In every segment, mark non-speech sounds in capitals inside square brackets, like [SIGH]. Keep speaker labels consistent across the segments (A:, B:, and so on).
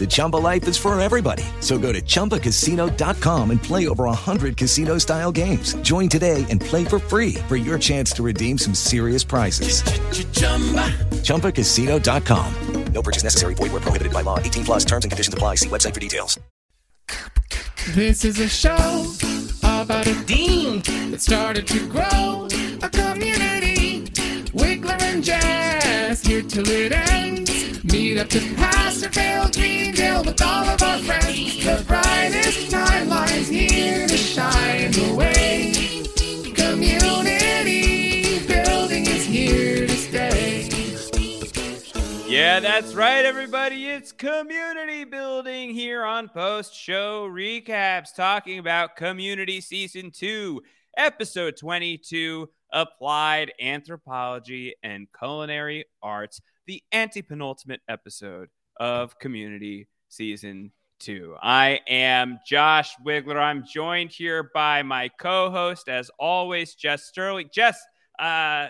A: The Chumba life is for everybody. So go to ChumbaCasino.com and play over 100 casino style games. Join today and play for free for your chance to redeem some serious prizes. ChumbaCasino.com. No purchase necessary. Void where prohibited by law. 18 plus terms and conditions apply. See website for details.
B: This is a show about a dean that started to grow a community. Wiggler and Jazz here till it ends. Meet up to Pastor Phil Greendale with all of our friends. The brightest timeline's here to shine the way. Community building is here to stay.
C: Yeah, that's right, everybody. It's community building here on post show recaps, talking about community season two, episode 22 applied anthropology and culinary arts, the antepenultimate episode of community season two. I am Josh Wiggler. I'm joined here by my co host, as always, Jess Sterling. Jess, uh,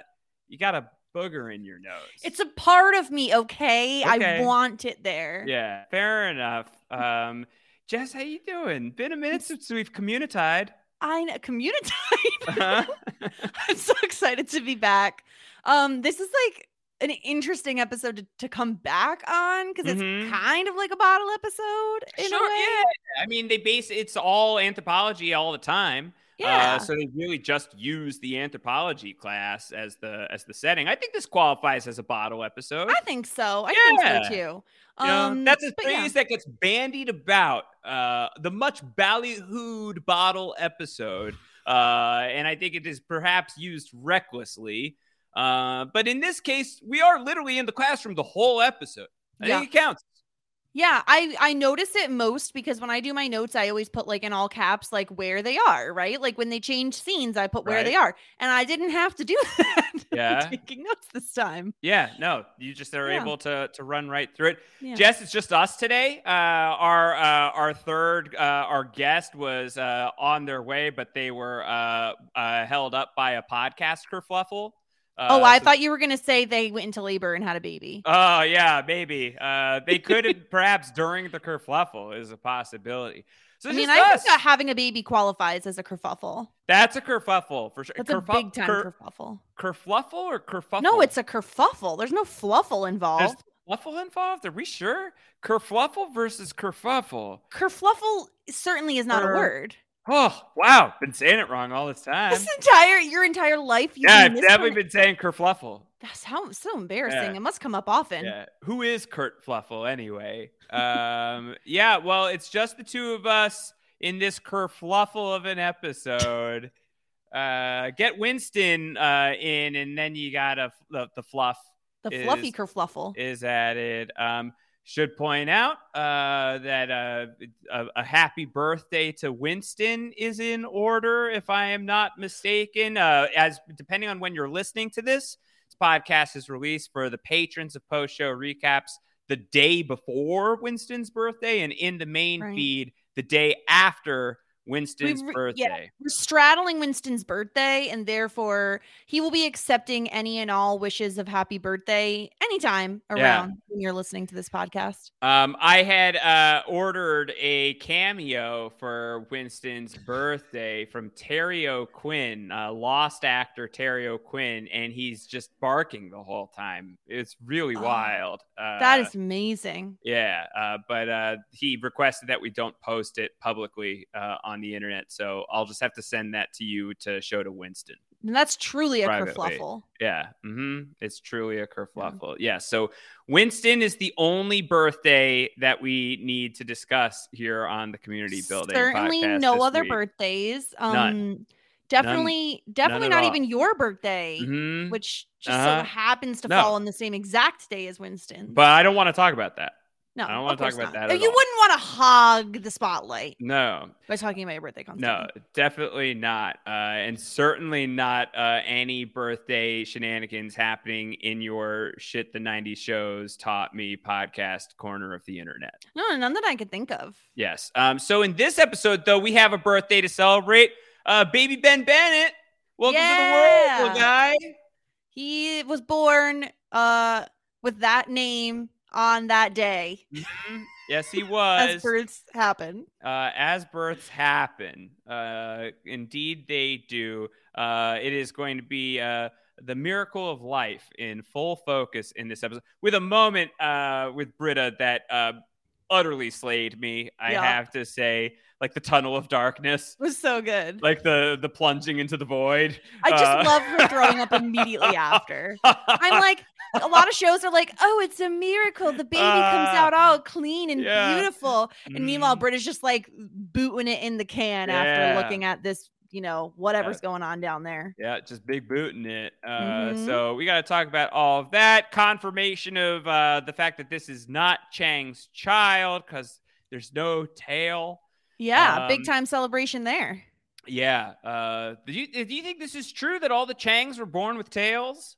C: you got a booger in your nose.
D: It's a part of me, okay?
C: Okay.
D: I want it there.
C: Yeah, fair enough. Um, Jess, how you doing? Been a minute since we've communitied.
D: I know, community.
C: [LAUGHS] Uh-huh.
D: I'm so excited to be back. Um, this is like an interesting episode to, to come back on because
C: Mhm.
D: it's kind of like a bottle episode [LAUGHS] in a way.
C: yeah. I mean, they base it's all anthropology all the time.
D: Yeah.
C: Uh, so they really just use the anthropology class as the as the setting. I think this qualifies as a bottle episode.
D: I think so. I
C: Yeah.
D: think so too. Um,
C: You know, that's a
D: but
C: phrase that gets bandied about. Uh, the much ballyhooed bottle episode, uh, and I think it is perhaps used recklessly. Uh, but in this case, we are literally in the classroom the whole episode. I
D: Yeah.
C: think it counts.
D: Yeah, I I notice it most because when I do my notes, I always put like in all caps like where they are, right? Like when they change scenes, I put where they are, and I didn't have to do [LAUGHS] that. when
C: Yeah.
D: taking notes this time.
C: Yeah, no, you just are
D: Yeah.
C: able to to run right through it.
D: Yeah.
C: Jess, it's just us today. Uh, our uh, our third uh, our guest was uh, on their way, but they were uh, uh, held up by a podcast kerfluffle. Uh,
D: oh, I
C: so-
D: thought you were gonna say they went into labor and had a baby.
C: Oh yeah, maybe uh, they could have- perhaps during the kerfluffle is a possibility. So
D: I
C: it's
D: mean,
C: just
D: I
C: us.
D: think that having a baby qualifies as a kerfuffle.
C: that's a kerfluffle for sure.
D: That's
C: Kerfu-
D: a big time
C: ker-
D: kerfuffle.
C: kerfluffle or kerfuffle.
D: No, it's a kerfuffle. There's no fluffle
C: There's
D: involved.
C: fluffle involved. Are we sure? Kerfluffle versus kerfuffle.
D: Kerfluffle certainly is not
C: Ker-
D: a word.
C: Oh wow, been saying it wrong all this time.
D: This entire your entire life, you've
C: yeah, I've
D: been
C: definitely
D: mispron-
C: been saying kerfluffle.
D: That's how so embarrassing.
C: Yeah.
D: It must come up often.
C: Yeah. Who is Kurt Fluffle anyway? Um, [LAUGHS] yeah, well, it's just the two of us in this kerfluffle of an episode. Uh, get Winston uh, in, and then you got a, the, the fluff
D: The fluffy
C: is-
D: kerfluffle.
C: is added. Um, Should point out uh, that uh, a, a happy birthday to Winston is in order, if I am not mistaken. Uh, as depending on when you're listening to this, this podcast is released for the patrons of post show recaps the day before Winston's birthday, and in the main
D: Right.
C: feed the day after Winston's
D: We've re-
C: birthday.
D: yeah, we're straddling Winston's birthday, and therefore he will be accepting any and all wishes of happy birthday anytime
C: Yeah.
D: around when you're listening to this podcast.
C: Um, I had uh, ordered a cameo for Winston's birthday from Terry O'Quinn, uh, lost actor Terry O'Quinn, and he's just barking the whole time. It's really wild. Uh,
D: Oh, that is amazing.
C: yeah, uh, but uh, he requested that we don't post it publicly uh, on the internet, so I'll just have to send that to you to show to Winston
D: And that's truly a
C: privately.
D: kerfluffle.
C: Yeah, hmm it's truly a kerfluffle. Yeah. So Winston is the only birthday that we need to discuss here on the community building.
D: Certainly
C: podcast
D: no
C: this
D: other
C: week.
D: birthdays. Um
C: None.
D: definitely
C: None
D: definitely
C: at
D: not
C: all.
D: even your birthday,
C: Mhm.
D: which just
C: Uh-huh.
D: so happens to
C: No.
D: fall on the same exact day as Winston.
C: But I don't want to talk about that.
D: no,
C: I don't want
D: of
C: to talk
D: course
C: about
D: not.
C: that. At
D: you
C: all.
D: wouldn't want to hog the spotlight
C: No.
D: by talking about your birthday constantly.
C: No, definitely not. Uh, and certainly not uh, any birthday shenanigans happening in your shit the 90s shows taught me podcast corner of the internet.
D: No, none that I could think of.
C: Yes. Um, so in this episode, though, we have a birthday to celebrate. Uh, baby Ben Bennett, welcome to the world, little guy.
D: He was born uh with that name on that day.
C: Yes,
D: [LAUGHS]
C: he
D: As
C: was.
D: births happen.
C: uh, as births happen, uh, indeed they do. Uh, it is going to be uh, the miracle of life in full focus in this episode, with a moment uh, with Britta that uh, utterly slayed me. I
D: Yeah.
C: have to say, like the tunnel of darkness,
D: was so good.
C: like the the plunging into the void.
D: I just
C: Uh,
D: love her
C: [LAUGHS]
D: throwing up immediately after. I'm like, a lot of shows are like, oh, it's a miracle. The baby comes
C: Ah,
D: out all clean and
C: yeah. Mm.
D: beautiful. And meanwhile, Britt is just like booting it in the can
C: Yeah.
D: after looking at this, you know, whatever's
C: Yeah.
D: going on down there.
C: Yeah, just big booting it. Uh,
D: Mhm.
C: So we got to talk about all of that. Confirmation of uh, the fact that this is not Chang's child because there's no tail.
D: Yeah, big
C: Um,
D: time celebration there.
C: Yeah. Uh, do you do you think this is true that all the Changs were born with tails?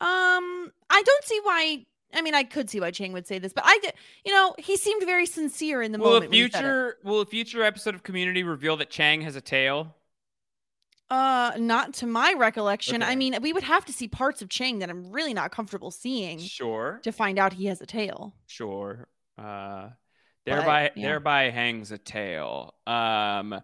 D: Um, I don't see why. I mean, I could see why Chang would say this, but I, d- you know, he seemed very sincere in the
C: will a
D: moment. when he said it.
C: future will a future episode of Community reveal that Chang has a tail?
D: Uh, not to my recollection.
C: Okay.
D: I mean, we would have to see parts of Chang that I'm really not comfortable seeing
C: Sure.
D: to find out he has a tail.
C: Sure. Uh,
D: But,
C: thereby,
D: yeah.
C: thereby hangs a tail. Um,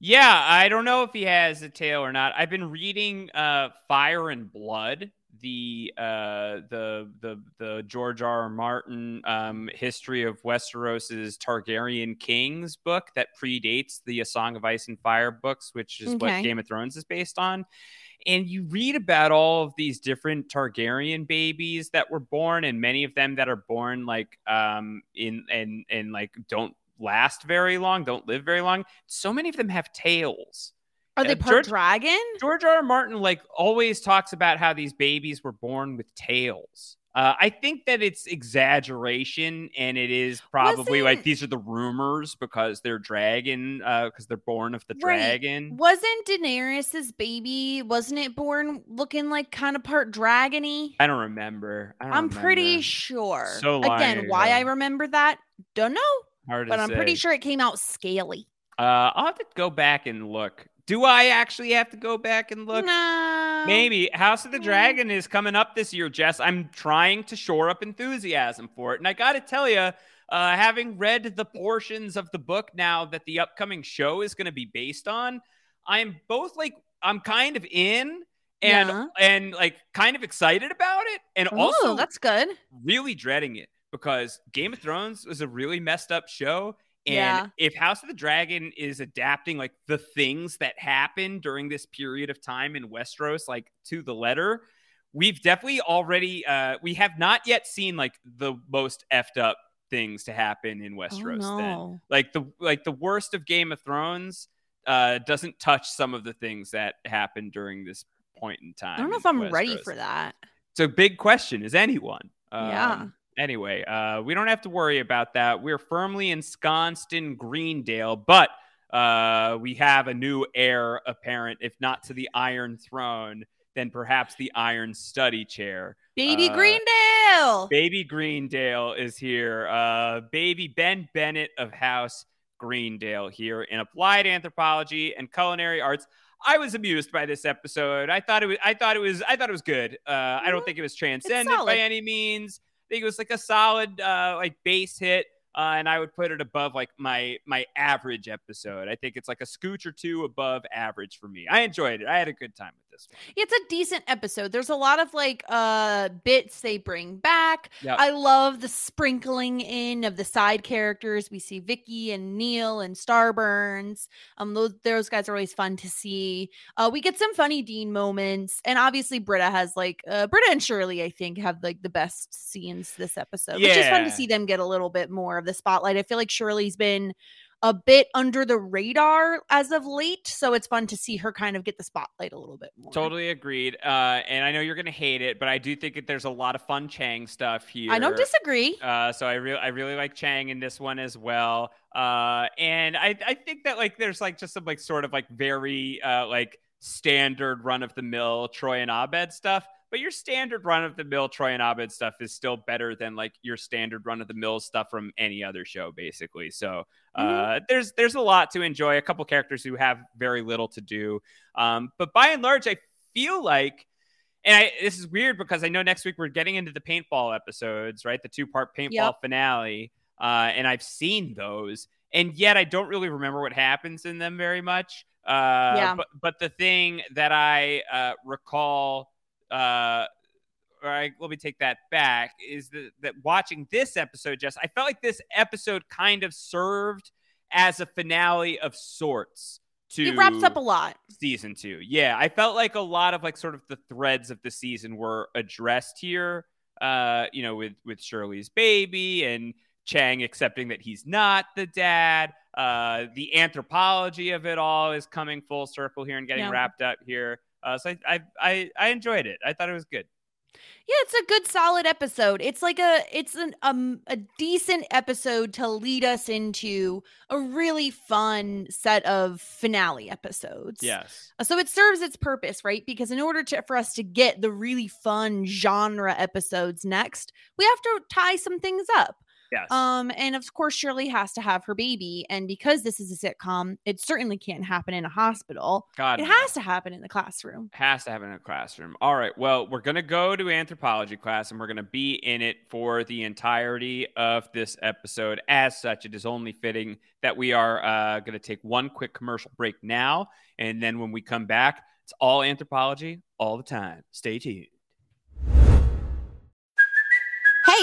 C: yeah, I don't know if he has a tail or not. I've been reading uh, Fire and Blood, the uh, the the the George R. R. Martin um, history of Westeros's Targaryen kings book that predates the A Song of Ice and Fire books, which is what
E: Okay.
C: Game of Thrones is based on and you read about all of these different Targaryen babies that were born, and many of them that are born like um in and and like don't last very long, don't live very long. So many of them have tails.
D: Are they
C: Uh,
D: part
C: George-
D: dragon?
C: George R. R. Martin like always talks about how these babies were born with tails. Uh, I think that it's exaggeration, and it is probably like
D: Wasn't-
C: these are the rumors because they're dragon, because they're born of the
D: Right.
C: dragon.
D: Wasn't Daenerys's baby? Wasn't it born looking like kind of part dragony?
C: I don't remember. I don't
D: I'm pretty
C: remember.
D: sure.
C: So long
D: Again, why
C: ago.
D: I remember that, don't know,
C: Hard to
D: but I'm pretty
C: say.
D: sure it came out scaly.
C: Uh, I'll have to go back and look. Do I actually have to go back and look?
D: No.
C: Maybe House of the Dragon is coming up this year, Jess. I'm trying to shore up enthusiasm for it, and I got to tell you, uh, having read the portions of the book now that the upcoming show is going to be based on, I'm both like I'm kind of in and
D: Yeah.
C: and like kind of excited about it, and also
D: Ooh, that's good.
C: really dreading it because Game of Thrones was a really messed up show. And
D: Yeah.
C: if House of the Dragon is adapting like the things that happened during this period of time in Westeros, like to the letter, we've definitely already uh we have not yet seen like the most effed up things to happen in Westeros then.
D: Oh, no.
C: Like the like the worst of Game of Thrones uh doesn't touch some of the things that happened during this point in time.
D: I don't know
C: in
D: if I'm ready
C: Westeros.
D: for that.
C: It's a big question. Is anyone?
D: Yeah.
C: Um, anyway, uh, we don't have to worry about that. We're firmly ensconced in Greendale, but uh, we have a new heir apparent, if not to the Iron Throne, then perhaps the Iron Study Chair.
D: Baby
C: Uh,
D: Greendale.
C: Baby Greendale is here. Uh, baby Ben Bennett of House Greendale here in applied anthropology and culinary arts. I was amused by this episode. I thought it was. I thought it was. I thought it was good. Uh, I don't think it was transcendent by
D: solid.
C: any means. I think it was like a solid, uh, like base hit, uh, and I would put it above like my my average episode. I think it's like a scooch or two above average for me. I enjoyed it. I had a good time with this. One.
D: It's a decent episode. There's a lot of like uh bits they bring back.
C: Yeah.
D: I love the sprinkling in of the side characters. We see Vicky and Neil and Starburns. Um those those guys are always fun to see. Uh we get some funny Dean moments and obviously Britta has like uh Britta and Shirley I think have like the best scenes this episode. Which is fun
C: Yeah.
D: to see them get a little bit more of the spotlight. I feel like Shirley's been a bit under the radar as of late, so it's fun to see her kind of get the spotlight a little bit more.
C: Totally agreed. Uh, and I know you're gonna hate it, but I do think that there's a lot of fun Chang stuff here.
D: I don't disagree.
C: Uh, so I really, I really like Chang in this one as well. Uh, and I, I think that like there's like just some like sort of like very uh, like standard run of the mill Troy and Abed stuff. But your standard run of the mill Troy and Abed stuff is still better than like your standard run of the mill stuff from any other show, basically. So uh, there's there's a lot to enjoy. A couple characters who have very little to do, um, but by and large, I feel like and I, this is weird because I know next week we're getting into the paintball episodes, right? The two part paintball
D: Yep.
C: finale. Uh, and I've seen those, and yet I don't really remember what happens in them very much. Uh,
D: Yeah.
C: but, but the thing that I uh, recall, uh, or I, let me take that back, is that, that watching this episode, Jess, I felt like this episode kind of served as a finale of sorts. To
D: It wraps up a lot.
C: season two. Yeah, I felt like a lot of like sort of the threads of the season were addressed here. Uh, you know, with with Shirley's baby and Chang accepting that he's not the dad. Uh, the anthropology of it all is coming full circle here and getting
D: Yeah.
C: wrapped up here. Uh, so I, I I I enjoyed it. I thought it was good.
D: Yeah, it's a good solid episode. It's like a it's an um a decent episode to lead us into a really fun set of finale episodes.
C: Yes.
D: Uh, So it serves its purpose, right? Because in order to, for us to get the really fun genre episodes next, we have to tie some things up.
C: Yes.
D: Um, and of course, Shirley has to have her baby. And because this is a sitcom, it certainly can't happen in a hospital.
C: God,
D: it
C: no.
D: has to happen in the classroom.
C: has to happen in a classroom. All right. Well, we're going to go to anthropology class and we're going to be in it for the entirety of this episode. As such, it is only fitting that we are uh, going to take one quick commercial break now. And then when we come back, it's all anthropology all the time. Stay tuned.
E: Hey,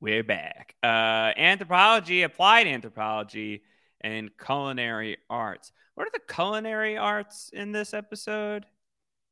C: we're back. Uh, anthropology, applied anthropology, and culinary arts. What are the culinary arts in this episode?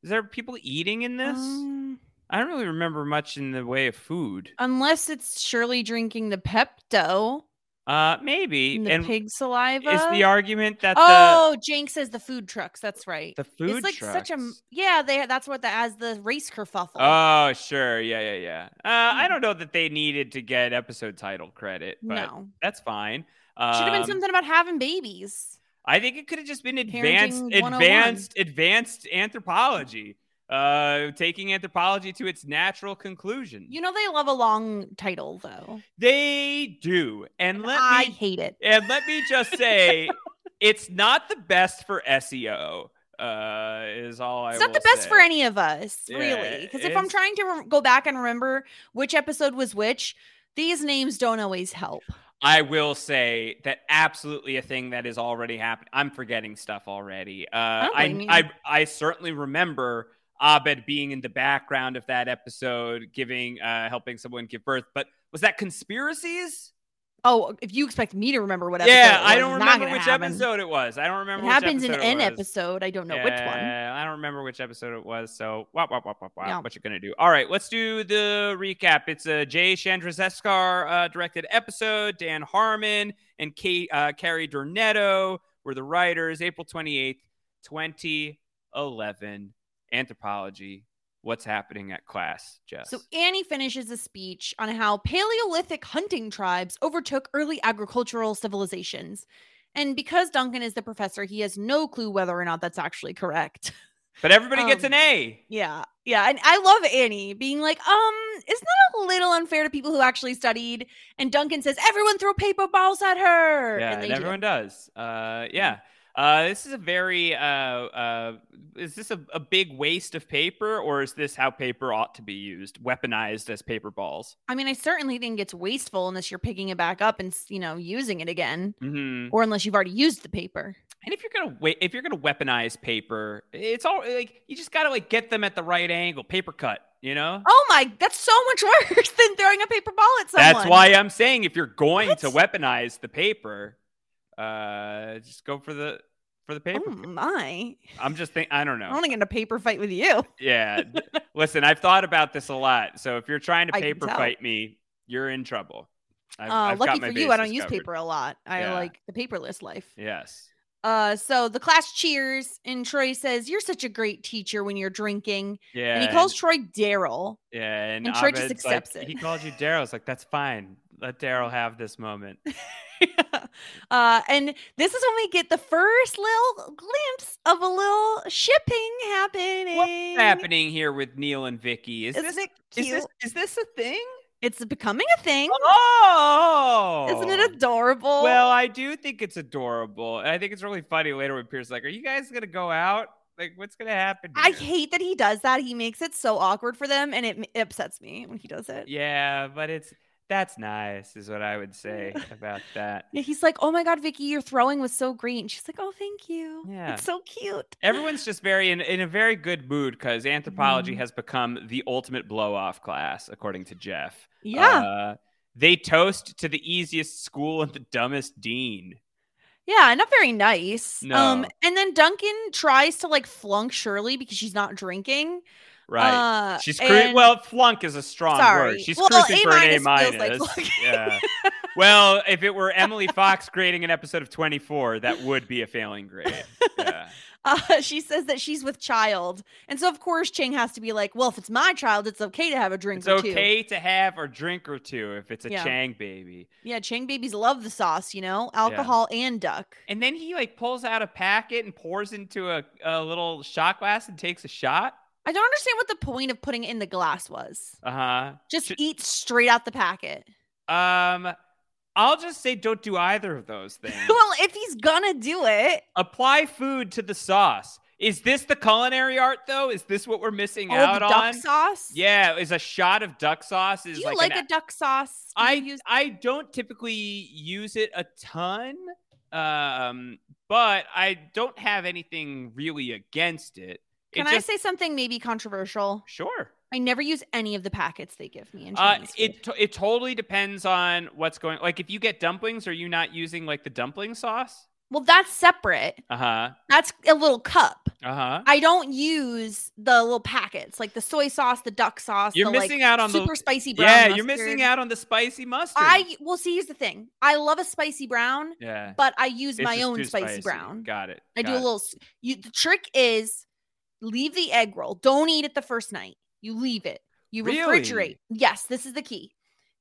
C: Is there people eating in this?
D: Um,
C: I don't really remember much in the way of food.
D: Unless it's Shirley drinking the Pepto
C: Uh, maybe.
D: and the
C: and
D: pig saliva.
C: is the argument that
D: oh, Jink says the food trucks. That's right.
C: The food
D: It's like such a m-
C: trucks.
D: yeah. They that's what the as the race kerfuffle.
C: the oh sure yeah yeah yeah. Uh,
D: Hmm.
C: I don't know that they needed to get episode title credit, but
D: No.
C: that's fine.
D: Should have been
C: Um,
D: something about having babies.
C: I think it could have just been advanced,
D: Parenting 101.
C: advanced, advanced anthropology, uh, taking anthropology to its natural conclusion.
D: You know they love a long title though.
C: They do, and let
D: I
C: me
D: hate it.
C: and let me
D: [LAUGHS]
C: just say, it's not the best for SEO. Uh, is all I.
D: It's not the
C: will
D: best for
C: say.
D: any of us,
C: Yeah,
D: really. Because if I'm
C: it's-
D: trying to rem go back and remember which episode was which, these names don't always help.
C: I will say that absolutely a thing that is already happening. I'm forgetting stuff already. Uh,
D: don't blame
C: I,
D: you.
C: I I certainly remember Abed being in the background of that episode, giving uh, helping someone give birth. But was that conspiracies?
D: Oh, if you expect me to remember what episode,
C: yeah,
D: it
C: I
D: was,
C: don't
D: it's not
C: remember
D: gonna
C: which
D: happen.
C: episode it was. I don't remember.
D: It
C: which
D: happens in
C: episode it
D: an
C: was.
D: episode. I don't know which one.
C: Yeah, Uh, I don't remember which episode it was. So, wop, wop, wop, wop, wop.
D: No.
C: What you're going to do. All right, let's do the recap. It's a Jay Chandrasekhar uh, directed episode. Dan Harmon and Kate, uh, Carrie Dornetto were the writers. April 28th, 2011. Anthropology. What's happening at class, Jess?
D: So Annie finishes a speech on how Paleolithic hunting tribes overtook early agricultural civilizations. And because Duncan is the professor, he has no clue whether or not that's actually correct. [LAUGHS]
C: but everybody gets
D: um,
C: an A.
D: Yeah. Yeah. And I love Annie being like, um, isn't that a little unfair to people who actually studied? And Duncan says, everyone throw paper balls at her.
C: Yeah,
D: and
C: and,
D: they do.
C: everyone does. Uh, yeah. Uh, this is a very uh, uh, is this a, a big waste of paper or is this how paper ought to be used weaponized as paper balls
D: I mean, I certainly think it's wasteful unless you're picking it back up and, s- you know, using it again,
C: mm-hmm.
D: or unless you've already used the paper.
C: and if you're gonna wa- if you're gonna weaponize paper it's all like you just gotta like get them at the right angle paper cut you know
D: Oh my, that's so much worse [LAUGHS] than throwing a paper ball at someone.
C: that's why i'm saying if you're going to weaponize the paper uh just go for the for the paper
D: Oh my.
C: i'm just think i don't know
D: I want to get in a paper fight with you.
C: Yeah. th- Listen, I've thought about this a lot. So if you're trying to
D: I can
C: paper
D: tell.
C: fight me, you're in trouble. I've,
D: uh,
C: I've
D: lucky
C: got my
D: for you, I don't
C: bases
D: use
C: covered.
D: paper a lot. I
C: Yeah.
D: like the paperless life.
C: Yes.
D: Uh, so the class cheers, and Troy says, "You're such a great teacher when you're drinking."
C: Yeah.
D: and he calls Troy Daryl. [LAUGHS]
C: Yeah, and,
D: and Troy just
C: Abed's like-
D: accepts it.
C: He called you Daryl. It's like that's fine. Let Daryl have this moment.
D: Uh, and this is when we get the first little glimpse of a little shipping happening.
C: What's happening here with Neil and Vicky? Is
D: Isn't
C: this
D: it
C: is this
D: cute?
C: is this a thing?
D: It's becoming a thing.
C: Oh,
D: Isn't it adorable?
C: Well, I do think it's adorable, and I think it's really funny later when Pierce's like, "Are you guys gonna go out? Like, what's gonna happen?"
D: I
C: here?"
D: hate that he does that. He makes it so awkward for them, and it, m- it upsets me when he does it.
C: Yeah, but it's that's nice, is what I would say
D: [LAUGHS]
C: about that.
D: Yeah, he's like, "Oh my God, Vicky, your throwing was so great," and she's like, "Oh, thank you.
C: Yeah.
D: It's so cute."
C: Everyone's just very in, in a very good mood because anthropology
D: Mm-hmm.
C: has become the ultimate blow off class, according to Jeff.
D: Yeah.
C: Uh, they toast to the easiest school and the dumbest dean.
D: Yeah, not very nice. Um,
C: No.
D: and then Duncan tries to like flunk Shirley because she's not drinking.
C: Right.
D: Uh,
C: she's cru-
D: and-
C: well, flunk is a strong
D: Sorry.
C: word. She's
D: Well,
C: cruising
D: A
C: for an A
D: minus feels like
C: minus.
D: flunk. [LAUGHS]
C: yeah. Well, if it were Emily Fox grading an episode of 24, that would be a failing grade. Yeah.
D: Uh, [LAUGHS] she says that she's with child, and so of course Chang has to be like, "Well, if it's my child, it's okay to have a drink
C: It's
D: or two."
C: okay to have a drink or two if it's a
D: Yeah.
C: Chang baby.
D: Yeah, Chang babies love the sauce, you know, alcohol and duck.
C: And then he like pulls out a packet and pours into a, a little shot glass and takes a shot.
D: I don't understand what the point of putting it in the glass was.
C: Uh huh.
D: Just eat straight out the packet.
C: Um, I'll just say don't do either
D: [LAUGHS]
C: of those things.
F: well, if he's gonna do it,
C: apply food to the sauce. Is this the culinary art though? Is this what we're missing
D: Oh,
C: out
D: the
C: on?
D: duck sauce?
C: Yeah, is a shot of duck sauce is
D: Do you like,
C: like, an
D: a duck sauce? Do you
C: I
D: use-
C: I don't typically use it a ton, um, but I don't have anything really against it. It
D: Can
C: just-
D: I say something maybe controversial?
C: Sure.
D: I never use any of the packets they give me in
C: Uh,
D: Chinese.
C: it to- it totally depends on what's going. Like, if you get dumplings, are you not using like the dumpling sauce?
D: well, that's separate.
C: Uh huh.
D: That's a little cup.
C: Uh huh.
D: I don't use the little packets like the soy sauce, the duck sauce.
C: You're
D: the,
C: missing
D: like,
C: out on the
D: super spicy brown.
C: Yeah, you're
D: mustard.
C: missing out on the spicy mustard.
D: I well, see, here's the thing. I love a spicy brown,
C: yeah,
D: but I use
C: It's
D: my
C: just
D: own
C: too
D: spicy, brown.
C: Got it.
D: I do
C: got
D: a
C: it.
D: little. s- You, the trick is leave the egg roll. Don't eat it the first night. You leave it. You
C: Really?
D: refrigerate. Yes, this is the key.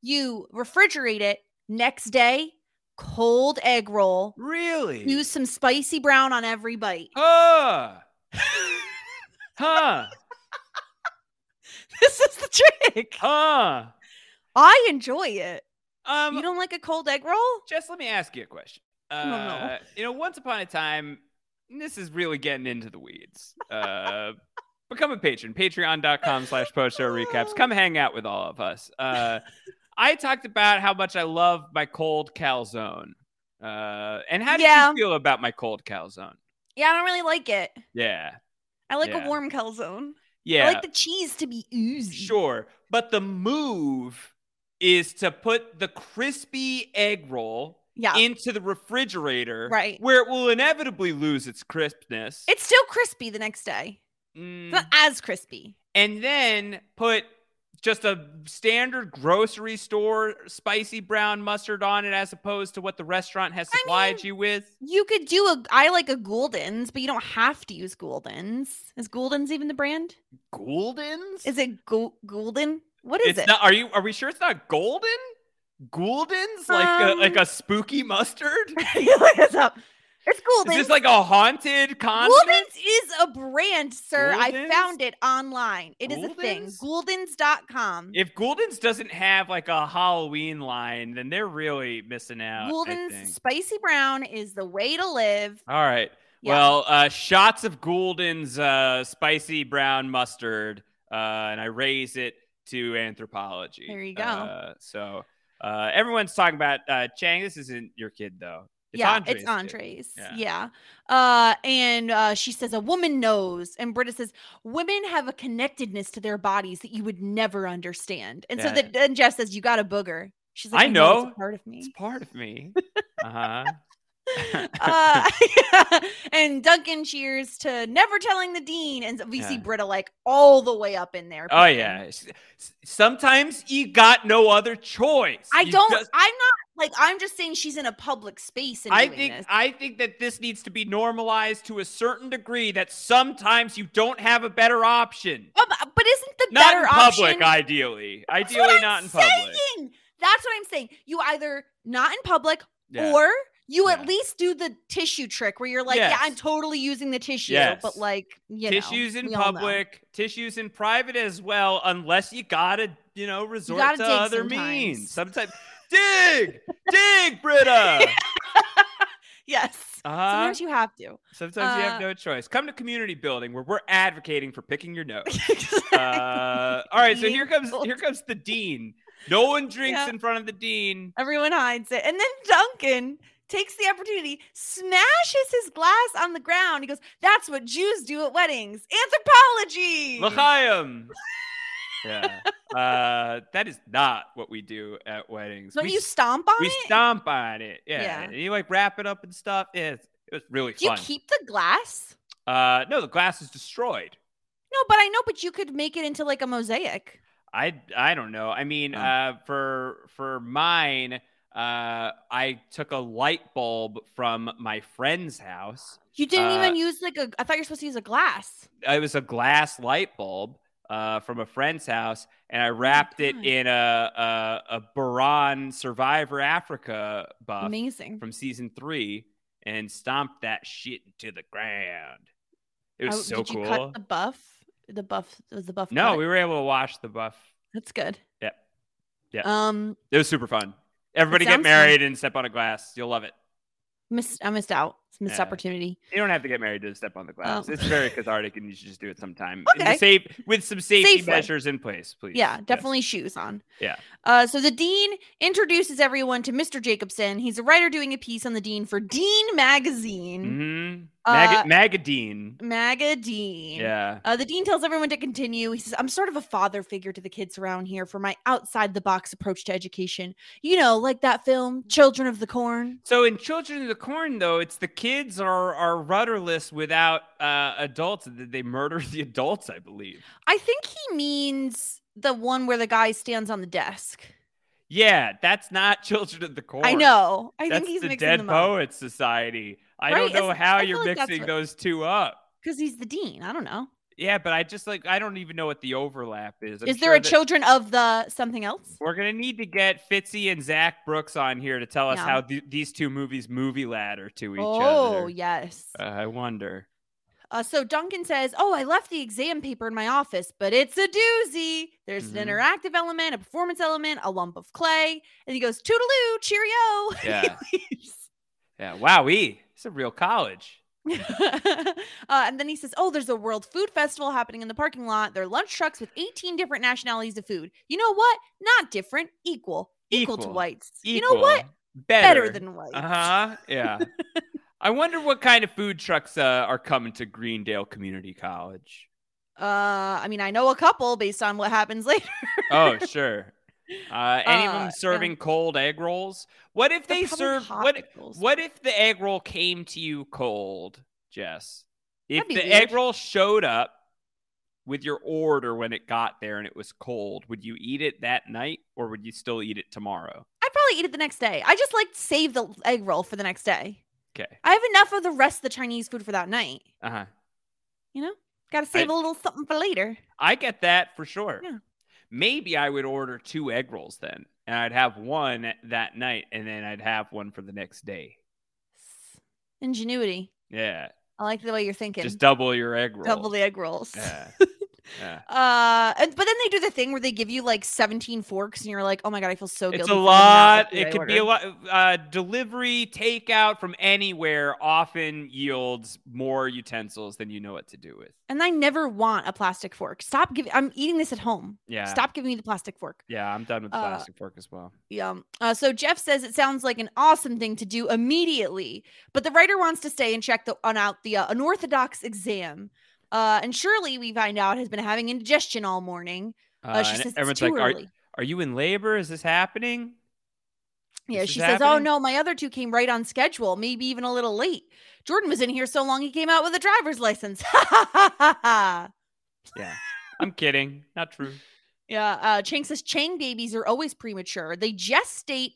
D: You refrigerate it next day. Cold egg roll.
C: Really?
D: Use some spicy brown on every bite. [LAUGHS]
C: Huh. [LAUGHS] huh.
D: This is the trick.
C: Huh.
D: I enjoy it.
C: Um,
D: you don't like a cold egg roll?
C: Just let me ask you a question. Uh,
D: don't know.
C: You know, once upon a time, and this is really getting into the weeds.
D: [LAUGHS]
C: Uh, become a patron, patreon.com slash post show recaps. Come hang out with all of us. Uh, I talked about how much I love my cold calzone. Uh, and how did
D: Yeah.
C: you feel about my cold calzone?
D: Yeah, I don't really like it.
C: Yeah.
D: I like
C: Yeah.
D: a warm calzone.
C: Yeah.
D: I like the cheese to be oozy.
C: Sure, but the move is to put the crispy egg roll
D: Yeah.
C: into the refrigerator,
D: Uh, Right.
C: where it will inevitably lose its crispness, Mm.
D: It's still crispy the next day. It's not as crispy.
C: and then put just a standard grocery store spicy brown mustard on it, as opposed to what the restaurant has supplied you with.
D: You could do a I like a Gouldens, but you don't have to use Gouldens. Is Gouldens even the brand?
C: Gouldens?
D: Is it Gou- Goulden? What is
C: it's
D: it? [LAUGHS]
C: Not, are you? Are we sure it's not golden? Gouldens, like a, like
D: Um, [LAUGHS]
C: a spooky mustard.
D: it's up. It's Gouldens.
C: Is this like a haunted condiment?
D: Gouldens is a brand, sir. I
C: Gouldens?
D: found it online. It is a thing. Gouldens.com.
C: If Gouldens doesn't have like a Halloween line, then they're really missing out. I think.
D: Gouldens spicy brown is the way to live.
C: All right.
D: Yeah.
C: Well, uh, shots of Gouldens uh, spicy brown mustard, uh, and I raise it to anthropology.
D: There you go.
C: Uh, so uh, everyone's talking about uh, Chang. This isn't your kid though. It's
D: yeah,
C: Andre's
D: it's
C: kid.
D: Andres. Yeah. Uh, and uh, she says, a woman knows. And Britta says, women have a connectedness to their bodies that you would never understand. And so
C: Yeah.
D: that then Jeff says, you got a booger. She's like,
C: I know.
D: It's a part of me.
C: [LAUGHS] It's part
D: [LAUGHS]
C: of me. uh-huh.
D: uh, [LAUGHS] and Duncan cheers to never telling the dean. And we see
C: Yeah.
D: Britta like all the way up in there.
C: Oh yeah. S- s- Sometimes you got no other choice.
D: I
C: You
D: don't,
C: just-
D: I'm not like, I'm just saying she's in a public space. And
C: I
D: doing
C: think
D: this.
C: I think that this needs to be normalized to a certain degree that sometimes you don't have a better option.
D: Oh, but, but isn't the
C: Not
D: better
C: in public,
D: option?
C: ideally.
D: That's what
C: Ideally
D: I'm
C: not in public.
D: saying. That's what I'm saying. You either not in public
C: Yeah.
D: or you at least do the tissue trick where you're like, yeah, I'm
C: Yes.
D: totally using the tissue,
C: Yes.
D: but like, you know,
C: tissues in
D: we all know.
C: public, tissues in private as well, unless you gotta, you know, resort
D: gotta
C: to
D: dig
C: other
D: sometimes.
C: means. Sometimes dig,
D: [LAUGHS]
C: dig, Britta.
D: Yes.
C: Uh-huh.
D: Sometimes you have to.
C: Sometimes you have
D: Uh,
C: no choice. Come to community building where we're advocating for picking
D: [LAUGHS]
C: your nose. uh, all right, so here comes here comes the dean. No one drinks
D: Yeah.
C: in front of the dean.
D: Everyone hides it. And then Duncan takes the opportunity, smashes his glass on the ground. He goes, That's what Jews do at weddings. Anthropology. [LAUGHS]
C: L'chaim. yeah, uh, that is not what we do at weddings.
D: Don't
C: we
D: you
C: s-
D: stomp on
C: we
D: it?
C: stomp on it. Yeah,
D: Yeah.
C: and you like wrap it up and stuff. Yeah, it's- it was really
D: do you
C: fun.
D: keep the glass?
C: uh, no, the glass is destroyed.
D: No, but I know, but you could make it into like a mosaic.
C: I I don't know. I mean, uh, for for mine, uh, I took a light bulb from my friend's house.
D: You didn't
C: Uh,
D: even use like a. I thought you're supposed to use a glass.
C: It was a glass light bulb uh, from a friend's house, and
D: Oh
C: I wrapped it in a a, a Baran Survivor Africa buff
D: Amazing.
C: from season three, and stomped that shit to the ground. It was
D: How-
C: so
D: Oh, did
C: cool.
D: you cut the buff? The buff was the buff.
C: no,
D: cut?
C: we were able to wash the buff.
D: that's good.
C: Yeah, yeah.
D: Um,
C: it was super fun. Everybody
D: It
C: get
D: sounds
C: married and step on a glass. You'll love it.
D: Missed, I missed out. It's a missed
C: Yeah.
D: opportunity.
C: You don't have to get married to step on the glass.
D: Oh.
C: It's very cathartic, and you should just do it
D: [LAUGHS]
C: sometime.
D: Okay.
C: And Safe with some safety
D: Safely.
C: measures in place, please.
D: Yeah, definitely shoes on.
C: Yeah.
D: Uh, so the dean introduces everyone to Mr. Jacobson. He's a writer doing a piece on the dean for Dean Magazine.
C: Mm-hmm.
D: Uh,
C: Mag- Magadine.
D: Maga Dean.
C: Mm. Yeah.
D: Uh, the dean tells everyone to continue. He says, I'm sort of a father figure to the kids around here for my outside the box approach to education. You know, like that film, Children of the Corn.
C: So in Children of the Corn, though, it's the kids are are rudderless without uh, adults. Th- They murder [LAUGHS] the adults, I believe.
D: I think he means the one where the guy stands on the desk.
C: Yeah, that's not [LAUGHS] Children of the Corn.
D: I know. I
C: that's
D: think he's
C: the
D: mixing
C: Dead
D: them up.
C: Poets Society. I
D: Right,
C: don't know
D: it's-
C: how
D: I feel
C: you're
D: like that's
C: mixing
D: what-
C: those two up.
D: Because he's the dean. I don't know.
C: Yeah, but I just like I don't even know what the overlap is. I'm
D: Is there
C: sure
D: a
C: that-
D: Children of the something else?
C: We're gonna need to get Fitzy and Zach Brooks on here to tell us
D: Yeah.
C: how th- these two movies movie ladder to each
D: Oh,
C: other.
D: yes.
C: Uh, I
D: [LAUGHS]
C: wonder.
D: Uh, so Duncan says, Oh, I left the exam paper in my office, but it's a doozy. There's
C: Mhm.
D: an interactive element, a performance element, a lump of clay. And he goes, Toodaloo, cheerio. [LAUGHS]
C: Yeah. yeah. Wowee. It's a real college.
D: Uh, and then he says, Oh, there's a World Food Festival happening in the parking lot. There are lunch trucks with 18 different nationalities of food. You know what? Not different, equal, equal, to
C: Equal.
D: whites. You know what?
C: Better,
D: than white.
C: Uh huh.
D: [LAUGHS]
C: Yeah. I wonder what kind of food trucks uh, are coming to Greendale Community College.
D: Uh, I mean, I know a couple based on what happens [LAUGHS] later.
C: Oh, sure. Uh, any of
D: Uh, yeah.
C: them serving cold egg rolls? What if
D: They're
C: they
D: probably
C: serve
D: hot
C: what?
D: egg rolls.
C: What if the egg roll came to you cold, Jess? If
D: That'd be
C: the egg
D: weird.
C: roll showed up with your order when it got there and it was cold, would you eat it that night or would you still eat it tomorrow?
D: I'd probably eat it the next day. I just like to save the egg roll for the next day.
C: Okay.
D: I have enough of the rest of the Chinese food for that night.
C: Uh huh.
D: You know, got to save a
C: Right.
D: little something for later.
C: I get that for sure.
D: Yeah.
C: Maybe I would order two egg rolls then, and I'd have one that night, and then I'd have one for the next day.
D: Ingenuity.
C: Yeah,
D: I like the way you're thinking.
C: just double your egg roll.
D: Double the egg rolls. [LAUGHS]
C: Yeah,
D: Uh,
C: yeah.
D: and, but then they do the thing where they give you like 17 forks, and you're like, oh my god, I feel so guilty.
C: It's
D: for
C: a
D: eating half
C: lot.
D: the food I
C: It could be a
D: ordered."
C: lot. Uh, delivery, takeout from anywhere often yields more utensils than you know what to do with.
D: And I never want a plastic fork. Stop giving. I'm eating this at home.
C: Yeah.
D: Stop giving me the plastic fork.
C: Yeah, I'm done with the
D: Uh,
C: plastic fork as well.
D: Yeah. Uh, so Jeff says it sounds like an awesome thing to do immediately, but the writer wants to stay and check the, on out the uh, unorthodox exam. Uh, and Shirley, we find out, has been having indigestion all morning. Uh,
C: Uh,
D: she
C: and
D: says it's
C: everyone's
D: too
C: like, are,
D: early.
C: "Are you in labor? Is this happening?"
D: Yeah,
C: this
D: she
C: is
D: says, "Oh
C: happening?"
D: no, my other two came right on schedule, maybe even a little late. Jordan was in here so long he came out with a driver's license." [LAUGHS] yeah.
C: Yeah, I'm kidding. Not true.
D: Uh, Chang says Chang babies are always premature. They gestate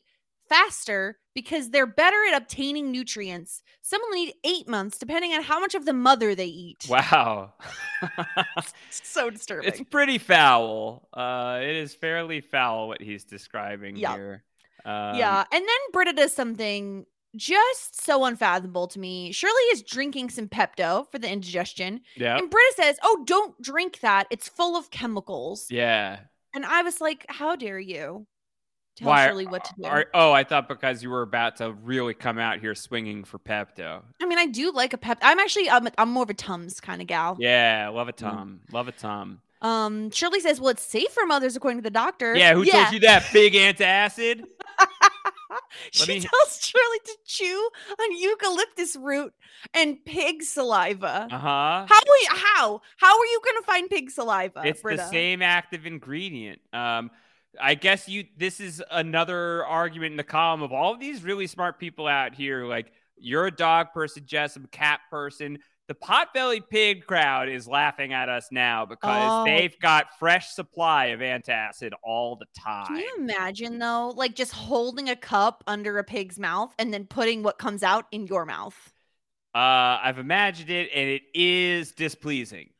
D: faster because they're better at obtaining nutrients. Some will need eight months, depending on how much of the mother they eat.
C: Wow.
D: [LAUGHS] so disturbing.
C: [LAUGHS] It's pretty foul. Uh, it is fairly foul what he's describing
D: Yeah.
C: here. Um,
D: yeah. And then Britta does something just so unfathomable to me. Shirley is drinking some Pepto for the indigestion.
C: Yep.
D: And Britta says, Oh, don't drink that. It's full of chemicals.
C: Yeah.
D: And I was like, How dare you tell
C: Why
D: Shirley what to do?
C: are- oh, I thought because you were about to really come out here swinging for Pepto.
D: I mean, I do like a Pep. I'm actually, I'm, I'm more of a Tums kind of gal.
C: Yeah,
D: Mm.
C: love a Tom. Love a Tom.
D: Um, Shirley says, Well, it's safe for mothers, according to the doctor.
C: Yeah, who told you that?
D: [LAUGHS]
C: Big antacid?
D: She [LAUGHS]
C: me-
D: tells Shirley to chew on eucalyptus root and pig saliva.
C: Uh huh.
D: How will you, how how are you going to find pig saliva?
C: it's
D: Britta?
C: the same active ingredient. Um, I guess you. This is another argument in the column of all of these really smart people out here. Like you're a dog person, Jess. I'm a cat person. The pot-bellied pig crowd is laughing at us now because
D: Oh.
C: they've got fresh supply of antacid all the time.
D: Can you imagine though, like just holding a cup under a pig's mouth and then putting what comes out in your mouth? [LAUGHS]
C: Uh, I've imagined it, and it is displeasing.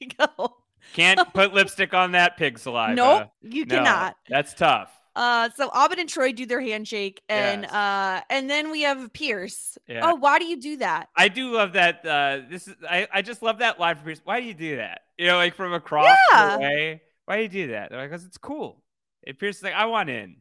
D: You go. [LAUGHS]
C: Can't put lipstick on that pig saliva.
D: Nope, you
C: No,
D: cannot.
C: That's tough.
D: Uh, so Abed and Troy do their handshake, and
C: Yes.
D: uh, and then we have Pierce.
C: Yeah.
D: Oh, why do you do that?
C: I do love that. Uh, this is I, I just love that live piece. Why do you do that? You know, like from across
D: Yeah.
C: the way. Why do you do that? They're like, because it's cool. And Pierce is like, I want in.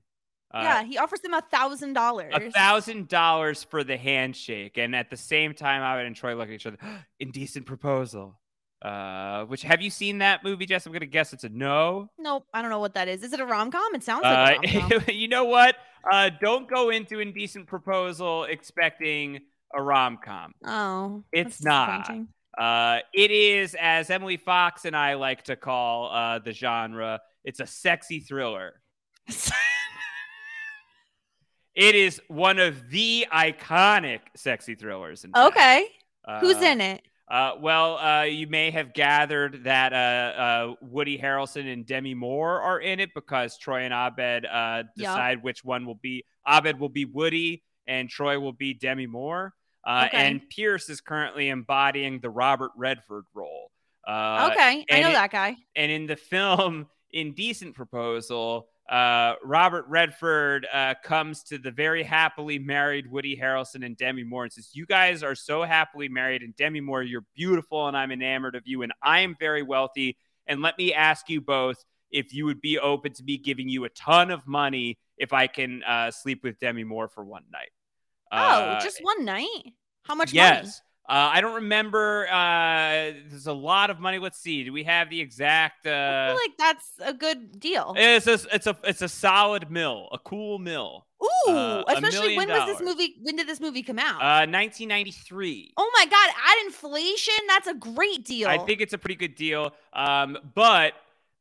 C: Uh,
D: yeah, he offers them a thousand dollars.
C: a thousand dollars for the handshake, and at the same time, I would enjoy looking at each other. [GASPS] Indecent proposal. Uh, which have you seen that movie, Jess? I'm gonna guess it's a no.
D: Nope, I don't know what that is. Is it a rom com? It sounds
C: Uh, [LAUGHS]
D: like a rom com.
C: you know what? Uh, don't go into indecent proposal expecting a rom com.
D: oh,
C: It's
D: that's
C: not.
D: disappointing.
C: Uh, it is, as Emily Fox and I like to call uh, the genre, it's a sexy
D: [LAUGHS]
C: thriller. it is one of the iconic sexy thrillers. In fact.
D: Okay,
C: Uh,
D: who's in it?
C: Uh, well, uh, you may have gathered that uh, uh, Woody Harrelson and Demi Moore are in it because Troy and Abed uh,
D: Yeah.
C: decide which one will be. Abed will be Woody, and Troy will be Demi Moore. Uh,
D: Okay.
C: And Pierce is currently embodying the Robert Redford role. Uh,
D: okay, I
C: and
D: know
C: it-
D: that guy.
C: and in the [LAUGHS] film Indecent Proposal, uh, Robert Redford uh, comes to the very happily married Woody Harrelson and Demi Moore and says, You guys are so happily married, and Demi Moore, you're beautiful, and I'm enamored of you, and I am very wealthy. And let me ask you both if you would be open to me giving you a ton of money if I can uh, sleep with Demi Moore for one night.
D: oh,
C: Uh,
D: just one night. How much
C: yes.
D: money?
C: Uh, I don't remember. Uh, there's a lot of money. Let's see. Do we have the exact? Uh, eh,
D: I feel like that's a good deal.
C: It's a it's a it's a solid mill, a cool mill.
D: Ooh,
C: uh, a
D: especially
C: million
D: when was this
C: dollars.
D: movie? When did this movie come out?
C: Uh, 1993.
D: oh my God, at inflation, that's a great deal.
C: I think it's a pretty good deal. Um, but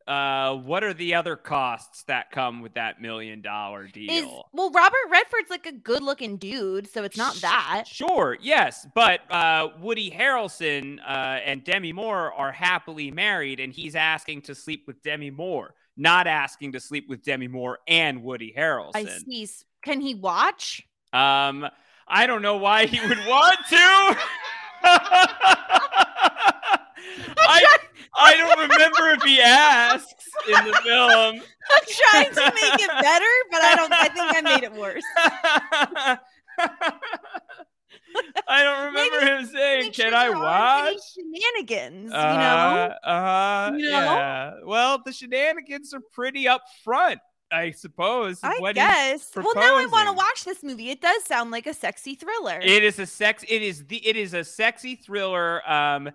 C: uh, what are the other costs that come with that million dollar deal?
D: is well, Robert Redford's like a good-looking dude, so it's not that.
C: Sure, yes, but uh, Woody Harrelson uh, and Demi Moore are happily married, and he's asking to sleep with Demi Moore, not asking to sleep with Demi Moore and Woody Harrelson.
D: I see. S- Can he watch? [LAUGHS]
C: Um, I don't know why he would want to.
D: [LAUGHS]
C: I, I don't remember if he asks in the film. [LAUGHS]
D: I'm trying to make it better, but I don't. I think I made it worse.
C: I don't remember him saying, "Can I watch?"
D: Shenanigans,
C: Uh, uh,
D: You know?
C: yeah. Well, the shenanigans are pretty upfront, I suppose. is
D: you know. I
C: what he's
D: guess. Well, now I want to
C: proposing.
D: watch this movie. It does sound like a sexy thriller.
C: It is a sex. It is the. It is a sexy thriller. Um,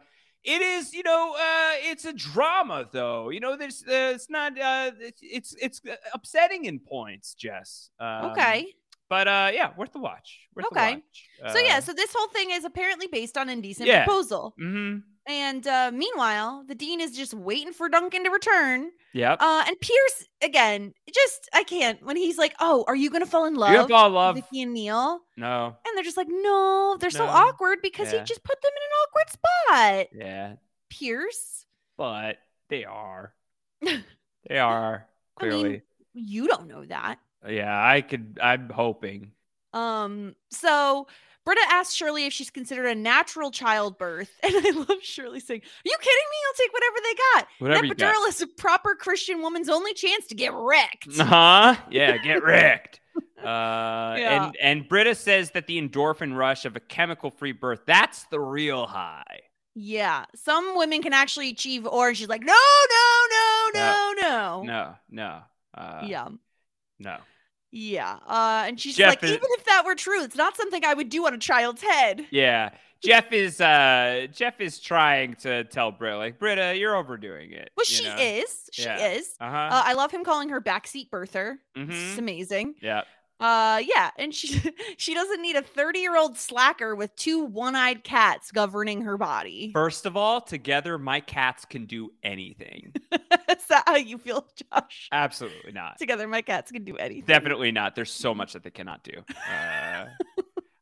C: it is you know. Uh, it's a drama though. You know, there's. Uh, it's not. Uh, it's- it's it's upsetting in points, Jess. Um,
D: Okay.
C: But uh, yeah, worth the watch. Worth
D: Okay.
C: The watch.
D: so yeah,
C: Uh,
D: so this whole thing is apparently based on indecent
C: yeah.
D: proposal.
C: Mm-hmm.
D: And uh, meanwhile, the dean is just waiting for Duncan to return.
C: Yep.
D: Uh, and Pierce again, just I can't when he's like, "Oh, are you gonna fall in love?"
C: gonna fall in love.
D: Vicky and Neil,
C: no.
D: and they're just like, "No," they're so
C: No.
D: awkward because
C: Yeah.
D: he just put them in an awkward spot.
C: Yeah.
D: Pierce,
C: But
D: [LAUGHS]
C: they are. they are clearly.
D: you don't know that.
C: yeah, I could. I'm hoping.
D: Um, so Britta asks Shirley if she's considered a natural childbirth, [LAUGHS] and I love Shirley saying, "Are you kidding me? I'll take whatever they got.
C: Whatever
D: an
C: you got."
D: epidural is a proper Christian woman's only chance to get [LAUGHS] wrecked."
C: Huh? Uh-huh. Yeah, get wrecked. Uh,
D: [LAUGHS]
C: and and Britta says that the endorphin rush of a chemical-free birth—that's the real high.
D: Yeah, some women can actually achieve orange. She's like, no, no, no, no, no.
C: No, no. Uh,
D: Oh. Yeah,
C: No.
D: yeah. Uh, and she's
C: Jeff
D: like,
C: is-
D: even if that were true, it's not something I would do on a child's head.
C: Yeah. Jeff is uh Jeff is trying to tell Britta like Britta, you're overdoing it.
D: Well,
C: you
D: she
C: know?
D: is. She
C: Yeah.
D: is.
C: Uh-huh.
D: Uh, I love him calling her backseat birther.
C: Mhm.
D: It's amazing.
C: yeah.
D: Uh, yeah, and she [LAUGHS] she doesn't need a thirty year old slacker with two one eyed cats governing her body.
C: First of all, together my cats can do
D: [LAUGHS]
C: anything.
D: Is that how you feel, Josh?
C: Absolutely not.
D: Together, my cats can do anything.
C: Definitely not. There's so much that they cannot do.
D: [LAUGHS]
C: Uh,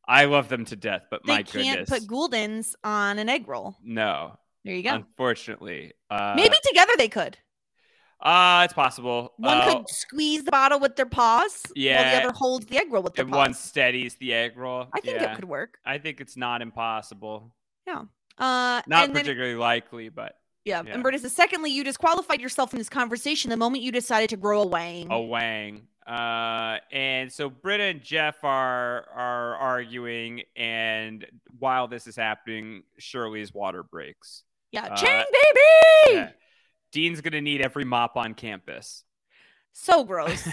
C: I love them to death, but
D: They
C: my
D: can't
C: goodness.
D: put Gouldens on an egg roll.
C: no.
D: There you go.
C: Unfortunately. Uh,
D: Maybe together they could.
C: Uh, it's possible.
D: One
C: Uh,
D: could squeeze the bottle with their paws, while
C: yeah.
D: the other holds the egg roll with their
C: and
D: paws.
C: one steadies the egg roll.
D: I think
C: yeah.
D: it could work.
C: I think it's not impossible.
D: Yeah. Uh,
C: Not
D: and then-
C: particularly likely, but
D: yeah.
C: yeah.
D: And Britta says, secondly, you disqualified yourself from this conversation the moment you decided to grow a wang.
C: a wang. Uh, and so Britta and Jeff are are arguing, and while this is happening, Shirley's water breaks.
D: Yeah.
C: Uh,
D: Chang, baby.
C: yeah. Dean's gonna need every mop on campus.
D: So gross.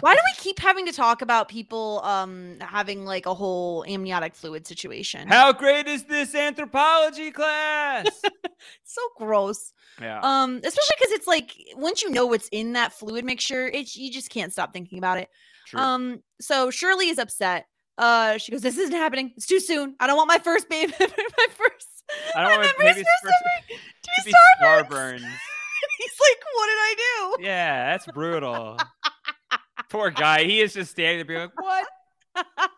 D: Why
C: [LAUGHS]
D: do we keep having to talk about people um having like a whole amniotic fluid situation?
C: How great is this anthropology class?
D: [LAUGHS] so gross.
C: Yeah.
D: Um, especially because it's like once you know what's in that fluid mixture, it's you just can't stop thinking about it.
C: True.
D: Um, so Shirley is upset. Uh, she goes, "This isn't happening. It's too soon. I don't want my first baby, [LAUGHS] my first,
C: I don't
D: my
C: want
D: members
C: baby's
D: first
C: first-
D: ever to
C: to
D: be
C: be
D: Starburns."
C: Starburns.
D: [LAUGHS] He's like, "What did I do?"
C: Yeah, that's
D: [LAUGHS]
C: brutal. Poor guy. He is just standing there being like, what?
D: [LAUGHS]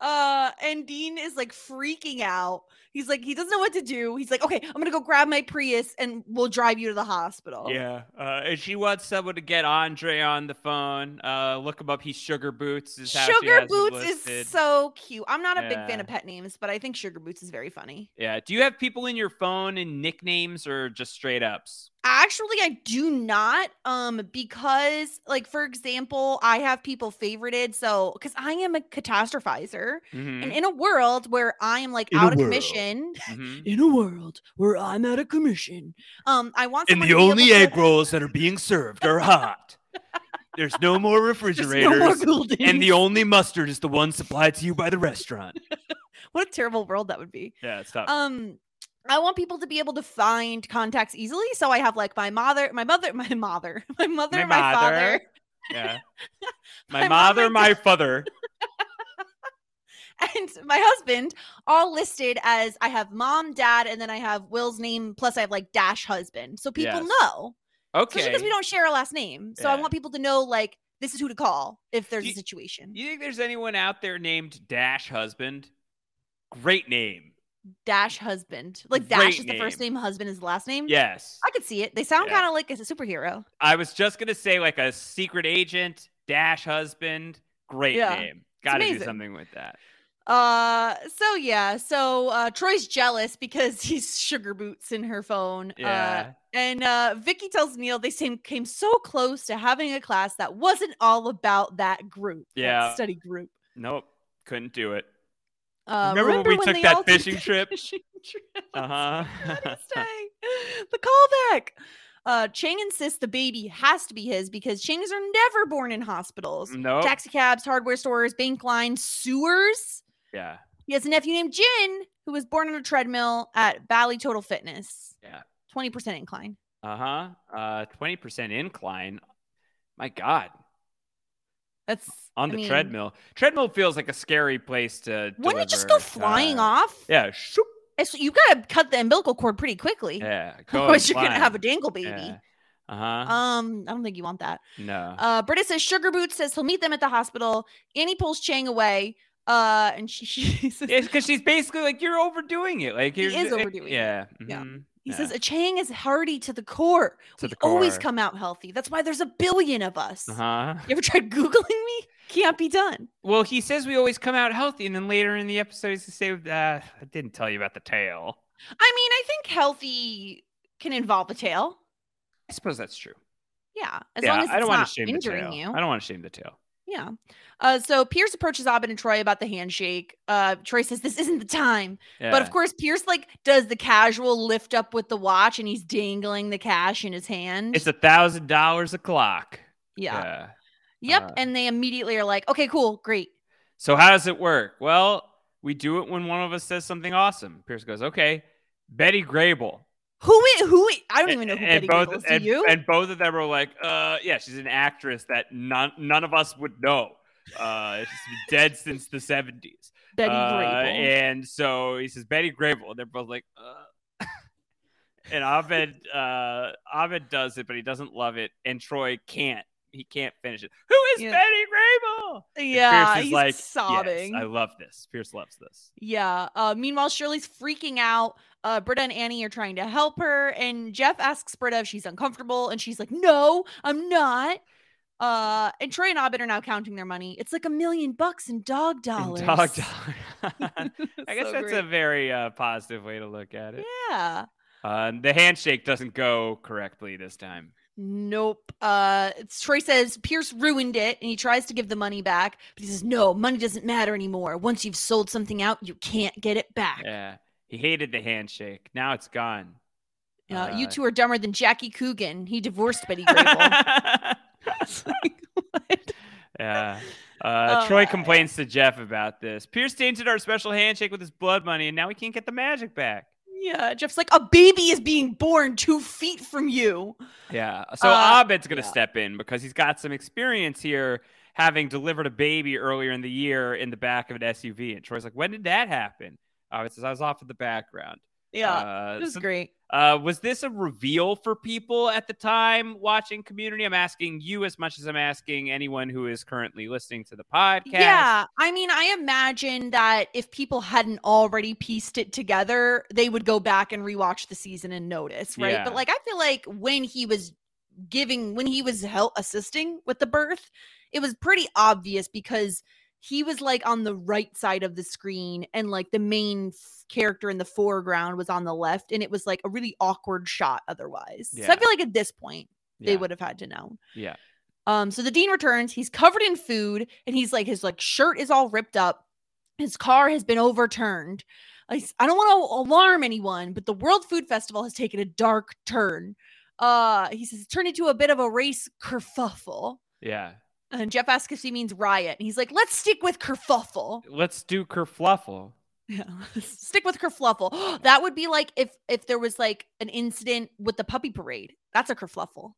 D: Uh, and Dean is like freaking out. He's like, he doesn't know what to do. He's like, "Okay, I'm gonna go grab my Prius and we'll drive you to the hospital."
C: Yeah. Uh, and she wants someone to get Andre on the phone. Uh, look him up. He's Sugar Boots. Is how she
D: Sugar
C: has him
D: Boots
C: listed.
D: is so cute. I'm not a big fan
C: Yeah.
D: of pet names, but I think Sugar Boots is very funny.
C: Yeah. Do you have people in your phone and nicknames or just straight ups?
D: Actually, I do not. Um, because like for example, I have people favorited. So because I am a catastrophizer,
C: Mm-hmm,
D: and uh, in a world where I am like
G: In a
D: out of
G: world.
D: commission,
C: Mhm.
D: in a world where I'm out of commission, um, I want
H: And
D: someone
H: the
D: to be
H: only
D: able to- [LAUGHS]
H: egg rolls that are being served are hot. There's no more refrigerators. and the only mustard is the one supplied to you by the restaurant.
D: what a terrible world that would be.
C: Yeah, it's tough.
D: Um, I want people to be able to find contacts easily. So I have like my mother, my mother, [LAUGHS] my mother, my mother, my, father, [LAUGHS]
C: Yeah.
D: My
C: My,
D: mom
C: mother, my
D: [LAUGHS]
C: father.
D: and my husband all listed as I have mom, dad, and then I have Will's name. Plus I have like dash husband. So people
C: Yes.
D: know. Especially
C: Okay.
D: because we don't share a last name. So I
C: Yeah.
D: want people to know like this is who to call if there's a situation.
C: You think there's anyone out there named Dash Husband? Great name.
D: Dash husband. Like Dash
C: Great
D: is the first name, husband is the last name.
C: Yes.
D: I could see it. They sound
C: Yeah.
D: kind of like a superhero.
C: I was just gonna say like a secret agent, Dash Husband. Great
D: Yeah.
C: name. Gotta do
D: amazing.
C: something with that.
D: Uh so yeah, so uh Troy's jealous because [LAUGHS] he's sugar boots in her phone.
C: Yeah.
D: Uh and uh Vicky tells Neil they seem came so close to having a class that wasn't all about that group. that
C: Yeah.
D: study group.
C: Nope. Couldn't do it.
D: Uh
C: Remember when we took
D: they
C: that
D: all took
C: fishing
D: that [LAUGHS]
C: trip? [LAUGHS]
D: fishing trip? [LAUGHS]
C: Uh [LAUGHS] huh.
D: the callback. Uh, Chang insists the baby has to be his because Changs are never born in hospitals.
C: Mm, Nope.
D: Taxi cabs, hardware stores, bank lines, sewers.
C: yeah.
D: He has a nephew named Jin who was born on a treadmill at Valley Total Fitness.
C: Yeah.
D: 20% incline.
C: Uh-huh. Uh 20% incline. My God.
D: That's I
C: on the
D: mean-
C: treadmill. Treadmill feels like a scary place to
D: Wouldn't it just go
C: deliver,
D: flying
C: uh,
D: off?
C: Yeah.
D: [LAUGHS]
C: shoop.
D: It's, you got to cut the umbilical cord pretty quickly. [LAUGHS]
C: Yeah.
D: Otherwise, you're going to have a dangle baby.
C: Uh huh.
D: Um, I don't think you want that.
C: no.
D: Uh, Britta says Sugar Boots says he'll meet them at the hospital. Annie pulls Chang away. Uh, and she, [LAUGHS] she says,
C: it's because she's basically like you're overdoing it. Like
D: He
C: you're,
D: is
C: it-
D: overdoing it.
C: yeah,
D: Yeah.
C: mhm,
D: he
C: yeah.
D: says, a Chang is hardy to the core.
C: To
D: we
C: the
D: always
C: core."
D: come out healthy. That's why there's a billion of us.
C: Uh-huh.
D: You ever tried Googling me? Can't be done.
C: Well, he says we always come out healthy, and then later in the episode, he's gonna say, uh, "I didn't tell you about the tail."
D: I mean, I think healthy can involve a tail.
C: I suppose that's true.
D: Yeah. As
C: yeah,
D: long as
C: I don't
D: it's
C: wanna
D: not
C: shame the
D: injuring
C: tail.
D: you.
C: I don't want to shame the tail.
D: Yeah. Uh, so Pierce approaches Abin and Troy about the handshake. Uh, Troy says, This isn't the time. But
C: Yeah.
D: of course, Pierce like does the casual lift up with the watch and he's dangling the cash in his hand.
C: It's a thousand dollars a clock.
D: yeah.
C: yeah.
D: Yep.
C: uh,
D: and they immediately are like, Okay, cool, great.
C: So how does it work? Well, we do it when one of us says something awesome. Pierce goes, "Okay, Betty Grable."
D: Who i- who i- I don't even know who Betty
C: and both
D: Grable is. Do
C: and,
D: you?
C: and both of them were like, "Uh, yeah, she's an actress that none none of us would know. Uh, she's been dead since the seventies.
D: Betty
C: uh,
D: Grable.
C: And so he says Betty Grable, and they're both like, uh. [LAUGHS] and Abed uh, Abed does it, but he doesn't love it, and Troy can't. He can't finish it. Who is
D: Yeah.
C: Betty Grable? And
D: Yeah,
C: Pierce is
D: he's
C: like "Yes,
D: sobbing.
C: I love this. Pierce loves this.
D: Yeah. Uh, meanwhile, Shirley's freaking out. Uh, Britta and Annie are trying to help her, and Jeff asks Britta if she's uncomfortable, and she's like, "No, I'm not." Uh, and Troy and Abed are now counting their money. It's like a million bucks in dog dollars. [LAUGHS]
C: Dog dog. I guess
D: So
C: [LAUGHS] that's a
D: great.
C: very uh, positive way to look at it.
D: Yeah.
C: Uh, the handshake doesn't go correctly this time.
D: Nope. Uh, it's- Troy says Pierce ruined it, and he tries to give the money back, but he says, "No, money doesn't matter anymore. Once you've sold something out, you can't get it back."
C: Yeah. He hated the handshake. Now it's gone.
D: Uh, you
C: Uh, [LAUGHS]
D: two are dumber than Jackie Coogan. He divorced Betty Grable.
C: [LAUGHS]
D: like, what?
C: Yeah. Uh,
D: Oh,
C: Troy
D: my.
C: complains to Jeff about this. Pierce tainted our special handshake with his blood money, and now we can't get the magic back.
D: Yeah, Jeff's like, a baby is being born two feet from you.
C: Yeah. So
D: Uh,
C: Abed's going to step in because he's got some experience here, having delivered a baby earlier in the year in the back of an SUV. And Troy's like, when did that happen? Abed says, I was off in the background.
D: Yeah,
C: Uh,
D: it was
C: so-
D: great.
C: Uh, was this a reveal for people at the time watching Community? I'm asking you as much as I'm asking anyone who is currently listening to the podcast.
D: Yeah, I mean, I imagine that if people hadn't already pieced it together, they would go back and rewatch the season and notice, right?
C: Yeah.
D: But like, I feel like when he was giving, when he was help assisting with the birth, it was pretty obvious because he was like on the right side of the screen and like the main f- character in the foreground was on the left and it was like a really awkward shot otherwise so
C: Yeah.
D: i feel like at this point
C: Yeah.
D: they would have had to know
C: Yeah.
D: um, so the dean returns. He's covered in food, and he's like, his like shirt is all ripped up. His car has been overturned. I, s- I don't want to alarm anyone, but the World Food Festival has taken a dark turn. Uh, he says it's turned into a bit of a race kerfuffle.
C: Yeah.
D: And Jeff asks if he means riot, and he's like, "Let's stick with kerfuffle.
C: Let's do kerfluffle.
D: Yeah, [LAUGHS] stick with kerfluffle. [GASPS] that would be like if if there was like an incident with the puppy parade. That's a kerfluffle."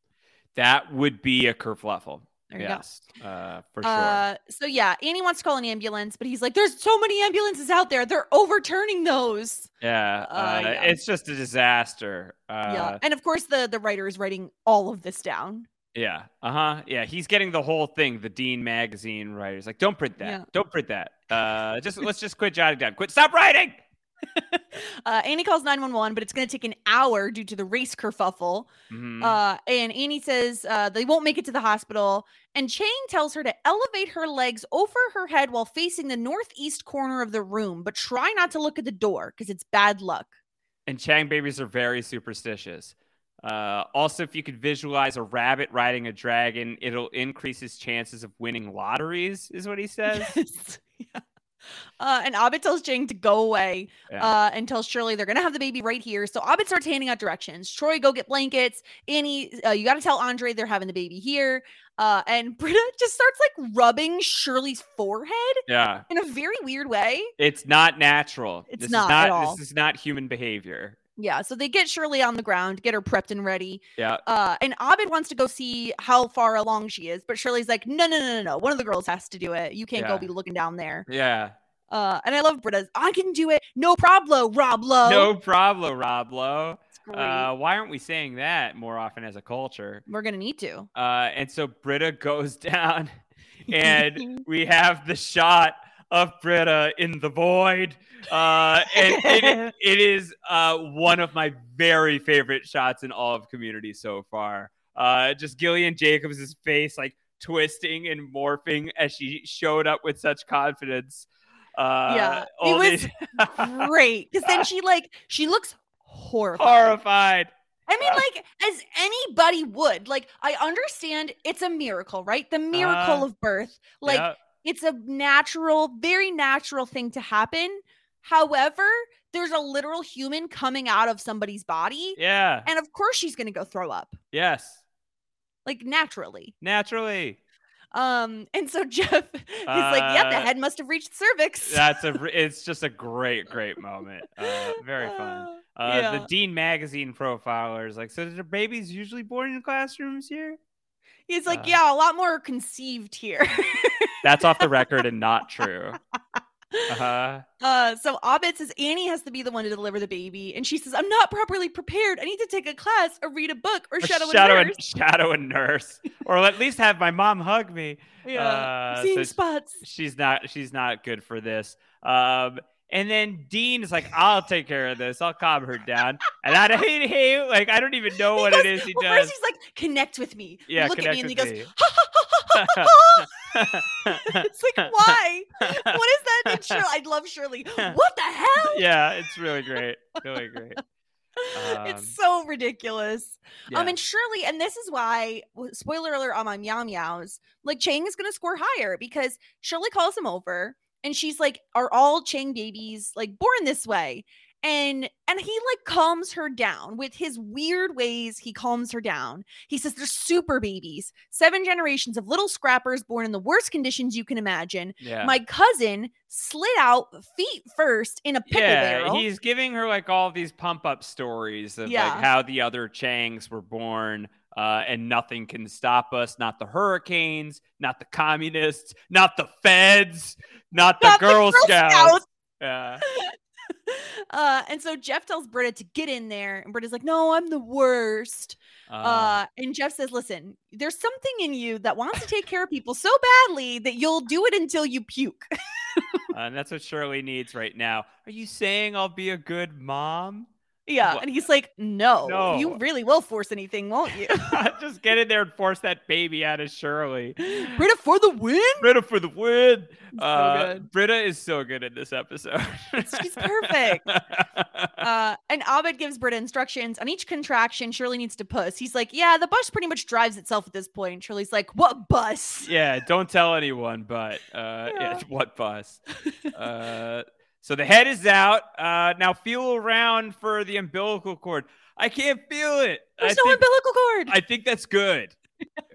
C: That would be a kerfluffle.
D: There you go.
C: yes. Uh, for sure.
D: Uh, so yeah, Annie wants to call an ambulance, but he's like, "There's so many ambulances out there. They're overturning those."
C: Yeah, uh,
D: Uh, yeah.
C: it's just a disaster. Uh,
D: yeah, and of course the the writer is writing all of this down.
C: yeah, uh huh. Yeah, he's getting the whole thing. The Dean magazine writers like, don't print that.
D: Yeah.
C: Don't print that. Uh, just let's just quit jotting down. Quit. Stop writing.
D: Uh, Annie calls nine one one, but it's going to take an hour due to the race kerfuffle.
C: Mhm.
D: Uh, and Annie says uh, they won't make it to the hospital. And Chang tells her to elevate her legs over her head while facing the northeast corner of the room, but try not to look at the door because it's bad luck.
C: and Chang babies are very superstitious. Uh, also, if you could visualize a rabbit riding a dragon, it'll increase his chances of winning lotteries. Is what he says.
D: [LAUGHS] Uh, and Abed tells Jing to go away
C: Yeah.
D: uh, and tells Shirley they're going to have the baby right here. So Abed starts handing out directions. Troy, go get blankets. Annie, uh, you got to tell Andre they're having the baby here. Uh, and [LAUGHS] Britta just starts like rubbing Shirley's forehead
C: yeah,
D: in a very weird way.
C: it's not natural.
D: It's
C: this is
D: not at all.
C: This is not human behavior.
D: Yeah. So they get Shirley on the ground, get her prepped and ready.
C: Yeah.
D: Uh, and Abed wants to go see how far along she is. But Shirley's like, no, no, no, no, no. One of the girls has to do it. You can't
C: Yeah.
D: go be looking down there.
C: yeah.
D: Uh, and I love Britta's, I can do it. No problem, Rob Lowe.
C: No problem, Roblo.
D: oh. great.
C: Uh, why aren't we saying that more often as a culture?
D: We're going to need
C: [LAUGHS]
D: to.
C: Uh, and so Britta [LAUGHS]
D: [LAUGHS]
C: goes down, and we have the shot of Britta in the void. Uh, and
D: [LAUGHS]
C: it, it is uh, one of my very favorite shots in all of Community so far. Uh, just Gillian Jacobs' face like twisting and morphing as she showed up with such confidence. Uh,
D: yeah, it
C: only-
D: was great because then she like she looks horrified.
C: [LAUGHS] horrified.
D: I mean, like as anybody would. Like I understand it's a miracle, right? The miracle
C: Uh,
D: of birth, like
C: yeah.
D: it's a natural, very natural thing to happen. However, there's a literal human coming out of somebody's body,
C: Yeah.
D: and of course she's gonna go throw up,
C: Yes.
D: like naturally.
C: Naturally.
D: Um, and so [LAUGHS] Jeff is like, "Yep, the
C: Uh,
D: head must have reached cervix."
C: That's a. re- It's just a great, great moment. Uh, very fun.
D: [LAUGHS]
C: Uh, The
D: yeah.
C: Dean Magazine profiler is like, so are babies usually born in classrooms here?
D: He's like,
C: Uh,
D: "Yeah, a lot more are conceived here." [LAUGHS]
C: That's off the record and not true. Uh-huh.
D: Uh, so Abed says Annie has to be the one to deliver the baby, and she says, "I'm not properly prepared. I need to take a class, or read a book, or,
C: Or
D: shadow,
C: shadow
D: and nurse."
C: [LAUGHS] shadow a nurse, or at least have my mom hug me.
D: Yeah,
C: Uh,
D: seeing
C: so
D: spots.
C: She's not. She's not good for this. Um, and then Dean is like, "I'll take care of this. I'll calm her down." And I hate, hate like I don't [LAUGHS] even know what it is he
D: well,
C: does.
D: First, he's like, "Connect with me."
C: Yeah,
D: look at me,
C: connect
D: and he
C: with
D: goes,
C: me.
D: "Ha, ha, ha, ha, ha, ha."
C: [LAUGHS]
D: "It's like why? what is that?" in Shirley? I love Shirley. What the hell?
C: [LAUGHS] yeah, it's really great. Really great. Um,
D: [LAUGHS] it's so ridiculous.
C: yeah.
D: Um, and surely, and this is why w- spoiler alert on my meow meows, like Chang is gonna score higher because Shirley calls him over and she's like, Are all Chang babies like born this way? and and he like calms her down with his weird ways he calms her down he says they're super babies seven generations of little scrappers born in the worst conditions you can imagine
C: Yeah.
D: my cousin slid out feet first in a pickle
C: yeah,
D: barrel
C: he's giving her like all these pump up stories of
D: Yeah.
C: like how the other Changs were born. Uh, and nothing can stop us. Not the hurricanes, not the communists, not the feds, not the
D: Not the
C: Girl,
D: Girl
C: Scouts.
D: Scouts. [LAUGHS]
C: Yeah.
D: uh, and so Jeff tells Britta to get in there, and Britta's like, "No, I'm the worst." Uh,
C: Uh.
D: and Jeff says, "Listen, there's something in you that wants to take care of people so badly that you'll do it until you puke." [LAUGHS]
C: and that's what Shirley needs right now. Are you saying I'll be a good mom?
D: yeah,
C: Wha-
D: and he's like, "No,
C: No.
D: you really will force anything, won't
C: [LAUGHS]
D: you?" [LAUGHS]
C: Just get in there and force that baby out of Shirley.
D: Britta for the win.
C: Britta for the win.
D: So
C: Uh,
D: good.
C: Britta is so good in this episode.
D: She's perfect. uh, and Abed gives Britta instructions on each contraction. Shirley needs to puss. He's like, "Yeah, the bus pretty much drives itself at this point." And Shirley's like, "What bus?"
C: [LAUGHS] yeah, don't tell anyone, but uh, yeah. [LAUGHS] what bus? uh, so the head is out. Uh, now feel around for the umbilical cord. I can't feel it.
D: There's no
C: I think,
D: umbilical cord.
C: I think that's good.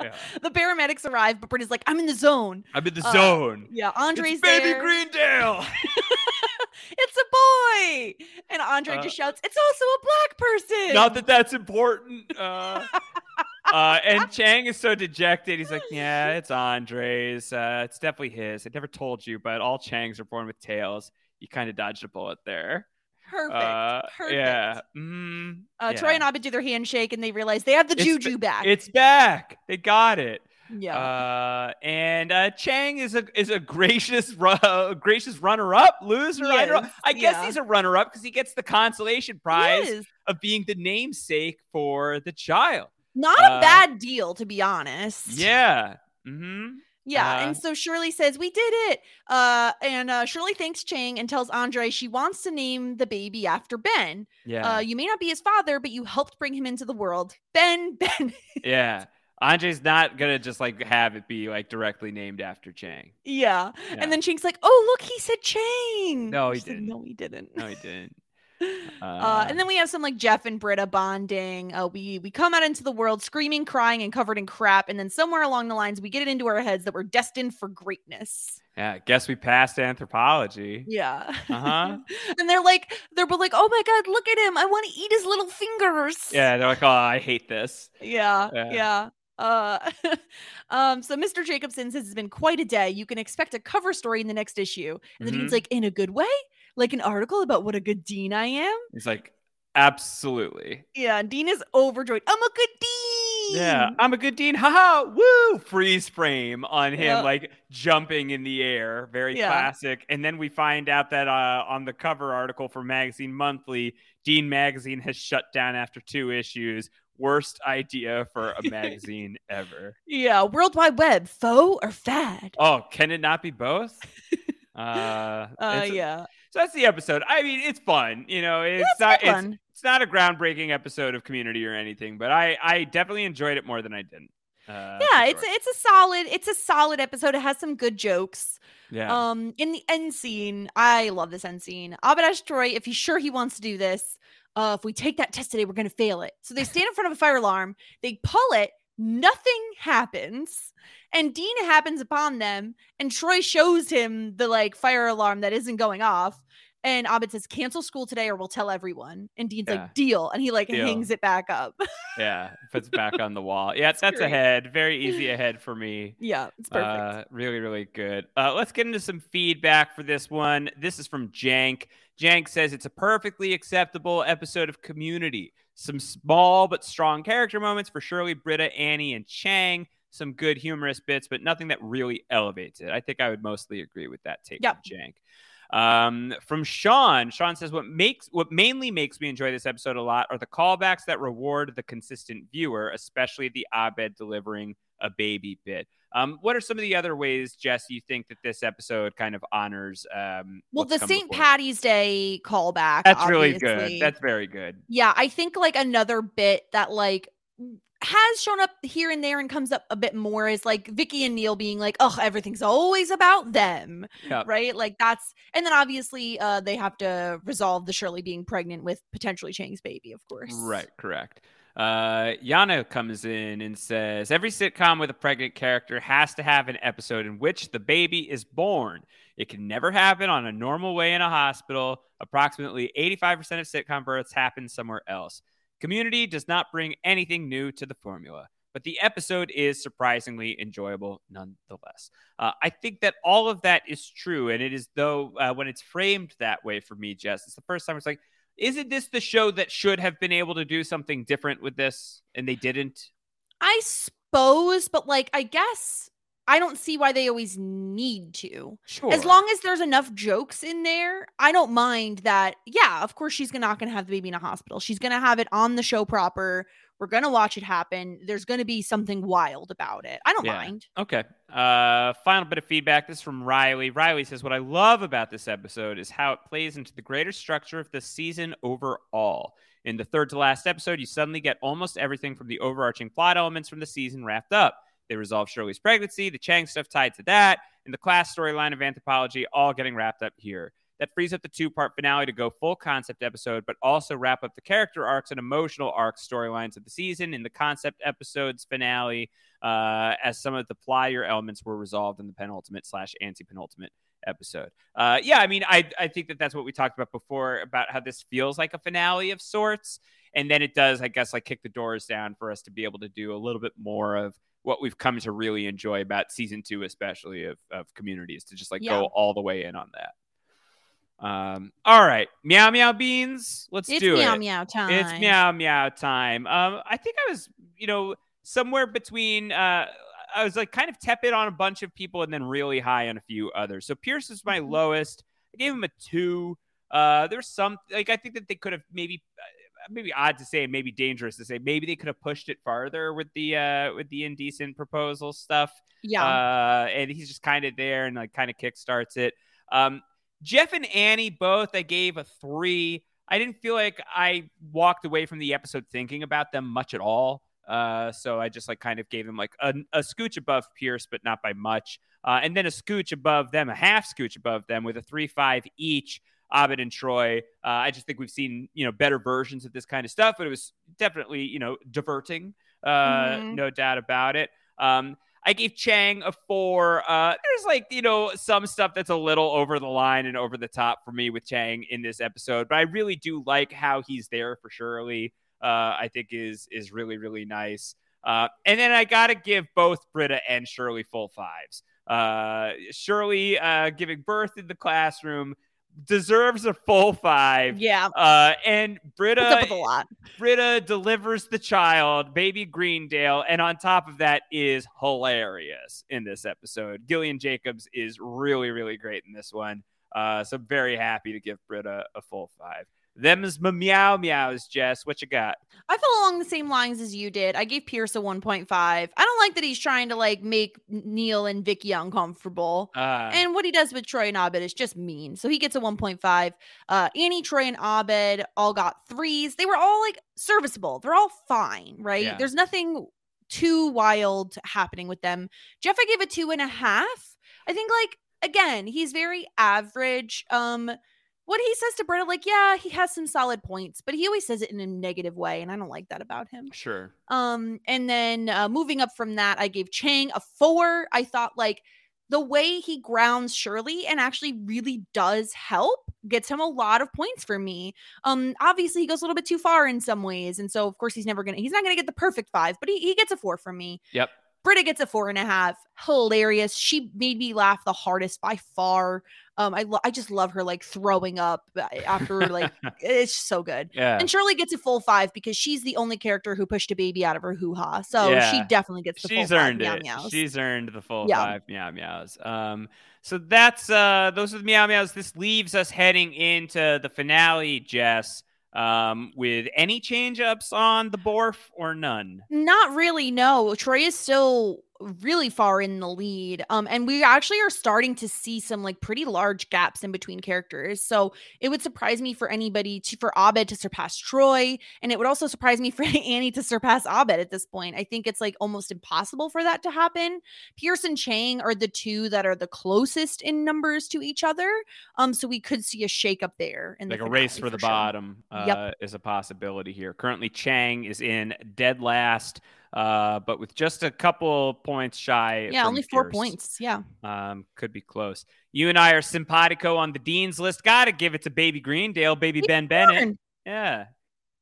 C: Yeah.
D: the paramedics arrive, but Britta's like, "I'm in the zone."
C: I'm in the
D: Uh,
C: zone.
D: Yeah, Andre's
C: It's baby
D: there.
C: Greendale.
D: [LAUGHS] It's a boy, and Andre
C: Uh,
D: just shouts, "It's also a black person."
C: Not that that's important. Uh, uh, and Chang is so dejected. He's like, "Yeah, it's Andre's. Uh, it's definitely his. I never told you, but all Changs are born with tails. You kind of dodged a bullet there."
D: perfect.
C: Uh,
D: perfect.
C: Yeah. Mm,
D: Uh,
C: yeah.
D: Troy and Abed do their handshake, and they realize they have the
C: It's
D: juju
C: ba-
D: back.
C: It's back. They got it.
D: Yeah.
C: Uh, and uh, Chang is a is a gracious ru- uh, gracious runner up loser.
D: He
C: I, don't-
D: is,
C: I guess
D: yeah.
C: he's a runner up because he gets the consolation prize
D: is.
C: of being the namesake for the child.
D: Not
C: uh,
D: a bad deal, to be honest.
C: Yeah. Mm-hmm.
D: Yeah,
C: Uh,
D: and so Shirley says, "We did it." Uh, and uh, Shirley thanks Chang and tells Andre she wants to name the baby after Ben.
C: Yeah.
D: Uh, you may not be his father, but you helped bring him into the world. Ben, Ben.
C: yeah. Andre's not gonna just like have it be like directly named after Chang.
D: yeah.
C: Yeah.
D: And then Chang's like, "Oh, look, he said Chang."
C: No, he
D: She's like,
C: didn't.
D: no, he didn't.
C: No, he didn't. Uh,
D: [LAUGHS] Uh, and then we have some like Jeff and Britta bonding. Uh, we we come out into the world screaming, crying, and covered in crap. And then somewhere along the lines, we get it into our heads that we're destined for greatness.
C: yeah, I guess we
D: [LAUGHS]
C: passed anthropology.
D: Yeah.
C: Uh huh.
D: [LAUGHS] and they're like, they're both like, oh my god, look at him! I want to eat his little fingers.
C: yeah, they're like, oh, I hate this.
D: Yeah.
C: Yeah.
D: Yeah. Uh, [LAUGHS] um, so Mr. Jacobson says it's been quite a day. You can expect a cover story in the next issue. And then he's
C: Mhm.
D: like, in a good way, like an article about what a good dean I am.
C: He's like, absolutely.
D: Yeah, and Dean is overjoyed. I'm a good dean.
C: Yeah, I'm a good dean. Haha, woo! Freeze frame on him,
D: Yeah.
C: like jumping in the air. Very
D: Yeah.
C: classic. And then we find out that uh, on the cover article for Magazine Monthly, Dean Magazine has shut down after two issues. Worst idea for
D: [LAUGHS]
C: a magazine ever.
D: Yeah, World Wide Web, faux or fad?
C: Oh, can it not
D: [LAUGHS]
C: be both? Uh,
D: Uh,
C: it's-
D: yeah.
C: So that's the episode. I mean, it's fun. You know, it's
D: it's
C: not
D: been
C: it's,
D: fun.
C: it's not a groundbreaking episode of Community or anything, but I I definitely enjoyed it more than I didn't.
D: yeah,
C: Uh, for
D: it's
C: sure.
D: it's a solid it's a solid episode. It has some good jokes.
C: yeah.
D: Um, in the end scene, I love this end scene. Abed asks Troy if he's sure he wants to do this. Uh, if we take that test today, we're gonna fail it. So they stand in front of a fire alarm. They pull it. Nothing happens, and Dean happens upon them. And Troy shows him the like fire alarm that isn't going off. And Abed says, "Cancel school today, or we'll tell everyone." And Dean's
C: Yeah.
D: like, "Deal," and he like
C: Deal.
D: hangs it back up. [LAUGHS]
C: Yeah, puts back on the wall. Yeah, that's
D: great.
C: ahead. Very easy ahead for me.
D: yeah, it's perfect.
C: Uh, really, really good. Uh, let's get into some feedback for this one. This is from Jank. Jank says it's a perfectly acceptable episode of Community. Some small but strong character moments for Shirley, Britta, Annie, and Chang. Some good humorous bits, but nothing that really elevates it. I think I would mostly agree with that take
D: Yep.
C: from Jank. Um, from Sean, Sean says what makes what mainly makes me enjoy this episode a lot are the callbacks that reward the consistent viewer, especially the Abed delivering a baby bit. Um, what are some of the other ways, Jess, you think that this episode kind of honors? Um,
D: Well,
C: what's
D: the
C: come
D: St.
C: before?
D: Patty's Day callback.
C: That's really good.
D: obviously.
C: That's very good.
D: yeah. I think like another bit that like has shown up here and there and comes up a bit more is like Vicky and Neil being like, oh, everything's always about them.
C: Yep.
D: Right. Like that's, and then obviously uh, they have to resolve the Shirley being pregnant with potentially Chang's baby, of course.
C: Right, correct. Uh, Yana comes in and says every sitcom with a pregnant character has to have an episode in which the baby is born. It can never happen on a normal way in a hospital. Approximately 85% of sitcom births happen somewhere else. Community does not bring anything new to the formula, but the episode is surprisingly enjoyable nonetheless. Uh, I think that all of that is true, and it is though uh, when it's framed that way for me, Jess, it's the first time it's like, isn't this the show that should have been able to do something different with this and they didn't?
D: I suppose, but like, I guess I don't see why they always need to.
C: Sure.
D: As long as there's enough jokes in there, I don't mind that. Yeah, of course, she's not going to have the baby in a hospital. She's going to have it on the show proper. We're going to watch it happen. There's going to be something wild about it. I don't
C: Yeah.
D: mind.
C: Okay. Uh, final bit of feedback. This is from Riley. Riley says, What I love about this episode is how it plays into the greater structure of the season overall. In the third to last episode, you suddenly get almost everything from the overarching plot elements from the season wrapped up. They resolve Shirley's pregnancy, the Chang stuff tied to that, and the class storyline of anthropology all getting wrapped up here. That frees up the two part finale to go full concept episode, but also wrap up the character arcs and emotional arcs storylines of the season in the concept episode's finale, uh, as some of the plier elements were resolved in the penultimate slash anti penultimate episode. Uh, yeah, I mean, I, I think that that's what we talked about before about how this feels like a finale of sorts. And then it does, I guess, like kick the doors down for us to be able to do a little bit more of what we've come to really enjoy about season two, especially of, of communities, to just like
D: Yeah.
C: go all the way in on that. Um, all right, meow meow beans, let's
D: It's
C: do
D: meow
C: it.
D: meow
C: It's
D: time.
C: meow meow time. Um, I think I was, you know, somewhere between. Uh, I was like kind of tepid on a bunch of people and then really high on a few others. So Pierce is
D: Mm-hmm.
C: my lowest. I gave him a two. Uh, there's some like I think that they could have maybe, uh, maybe odd to say, maybe dangerous to say. Maybe they could have pushed it farther with the uh with the indecent proposal stuff.
D: Yeah.
C: Uh, and he's just kind of there and like kind of kickstarts it. Um, Jeff and Annie both I gave a three. I didn't feel like I walked away from the episode thinking about them much at all. Uh, so I just like kind of gave them like a, a scooch above Pierce, but not by much. Uh, and then a scooch above them, a half scooch above them with a three five each. Abed and Troy. Uh, I just think we've seen you know better versions of this kind of stuff, but it was definitely you know diverting, uh,
I: Mhm.
C: no doubt about it. Um, I gave Chang a four. Uh, there's like you know some stuff that's a little over the line and over the top for me with Chang in this episode, but I really do like how he's there for Shirley. Uh, I think is is really really nice. Uh, and then I gotta give both Britta and Shirley full fives. Uh, Shirley uh, giving birth in the classroom deserves a full five.
D: Yeah.
C: Uh, and Britta
D: Puts up with a lot.
C: Britta delivers the child, baby Greendale, and on top of that is hilarious in this episode. Gillian Jacobs is really, really great in this one. Uh, so very happy to give Britta a full five. Them's my meow meows, Jess. What you got?
D: I fell along the same lines as you did. I gave Pierce a 1.5. I don't like that he's trying to like make Neil and Vicky uncomfortable.
C: Uh,
D: and what he does with Troy and Abed is just mean. So he gets a 1.5. Uh, Annie, Troy, and Abed all got threes. They were all like serviceable. They're all fine, right?
J: Yeah.
D: There's nothing too wild happening with them. Jeff, I gave a two and a half. I think like again, he's very average. Um, what he says to Britta, like, yeah, he has some solid points, but he always says it in a negative way, and I don't like that about him.
C: sure.
D: Um, and then uh, moving up from that, I gave Chang a four. I thought like the way he grounds Shirley and actually really does help gets him a lot of points for me. Um, obviously he goes a little bit too far in some ways, and so of course he's never gonna he's not gonna get the perfect five, but he, he gets a four from me.
C: Yep.
D: Britta gets a four and a half. Hilarious. She made me laugh the hardest by far. Um, I lo- I just love her like throwing up uh, after like it's just so good.
C: Yeah.
D: And Shirley gets a full five because she's the only character who pushed a baby out of her hoo ha. So she
C: Yeah.
D: definitely gets the
C: She's
D: full
C: earned
D: five.
C: it.
D: Meow meows.
C: She's earned the full
D: Yeah.
C: five meow meows. Um, so that's uh, those are the meow meows. This leaves us heading into the finale, Jess. Um, with any change ups on the Borf or none?
D: Not really. No, Troy is still really far in the lead. Um, and we actually are starting to see some like pretty large gaps in between characters. So it would surprise me for anybody to for Abed to surpass Troy, and it would also surprise me [LAUGHS] for Annie to surpass Abed at this point. I think it's like almost impossible for that to happen. Pierce and Chang are the two that are the closest in numbers to each other. Um, so we could see a shakeup there and
C: like the a race for the
D: sure.
C: bottom uh,
D: Yep.
C: is a possibility here. Currently, Chang is in dead last, uh, but with just a couple points shy.
D: Yeah,
C: from
D: only four
C: Pierce.
D: points. Yeah.
C: Um, could be close. You and I are simpatico on the dean's list. Gotta give it to Baby Greendale, Baby Ben Bennett.
D: learned.
C: Yeah,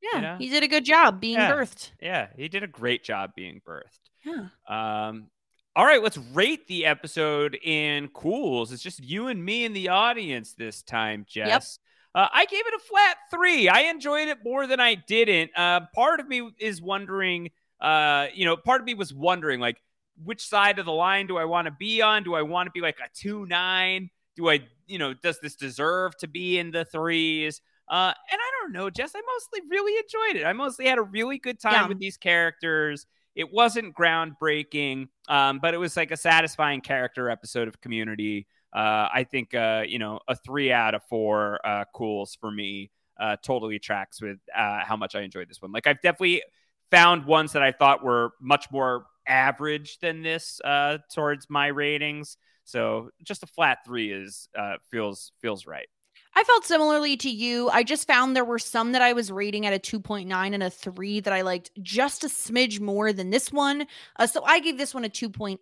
D: Yeah,
C: Yeah.
D: he did a good job being
C: Yeah.
D: birthed.
C: yeah, he did a great job being birthed.
D: Yeah.
C: Um, all right, let's rate the episode in cools. It's just you and me in the audience this time, Jess. Uh, I gave it a flat three. I enjoyed it more than I didn't. Uh, part of me is wondering, uh, you know, part of me was wondering, like, which side of the line do I want to be on? Do I want to be like a two nine? Do I, you know, does this deserve to be in the threes? Uh, and I don't know, Jess. I mostly really enjoyed it. I mostly had a really good time
D: Yeah.
C: with these characters. It wasn't groundbreaking, um, but it was like a satisfying character episode of Community. Uh, I think uh, you know a three out of four uh, cools for me uh, totally tracks with uh, how much I enjoyed this one. Like I've definitely found ones that I thought were much more average than this uh, towards my ratings. So just a flat three is uh, feels feels right.
D: I felt similarly to you. I just found there were some that I was rating at a 2.9 and a 3 that I liked just a smidge more than this one. Uh, so I gave this one a 2.8,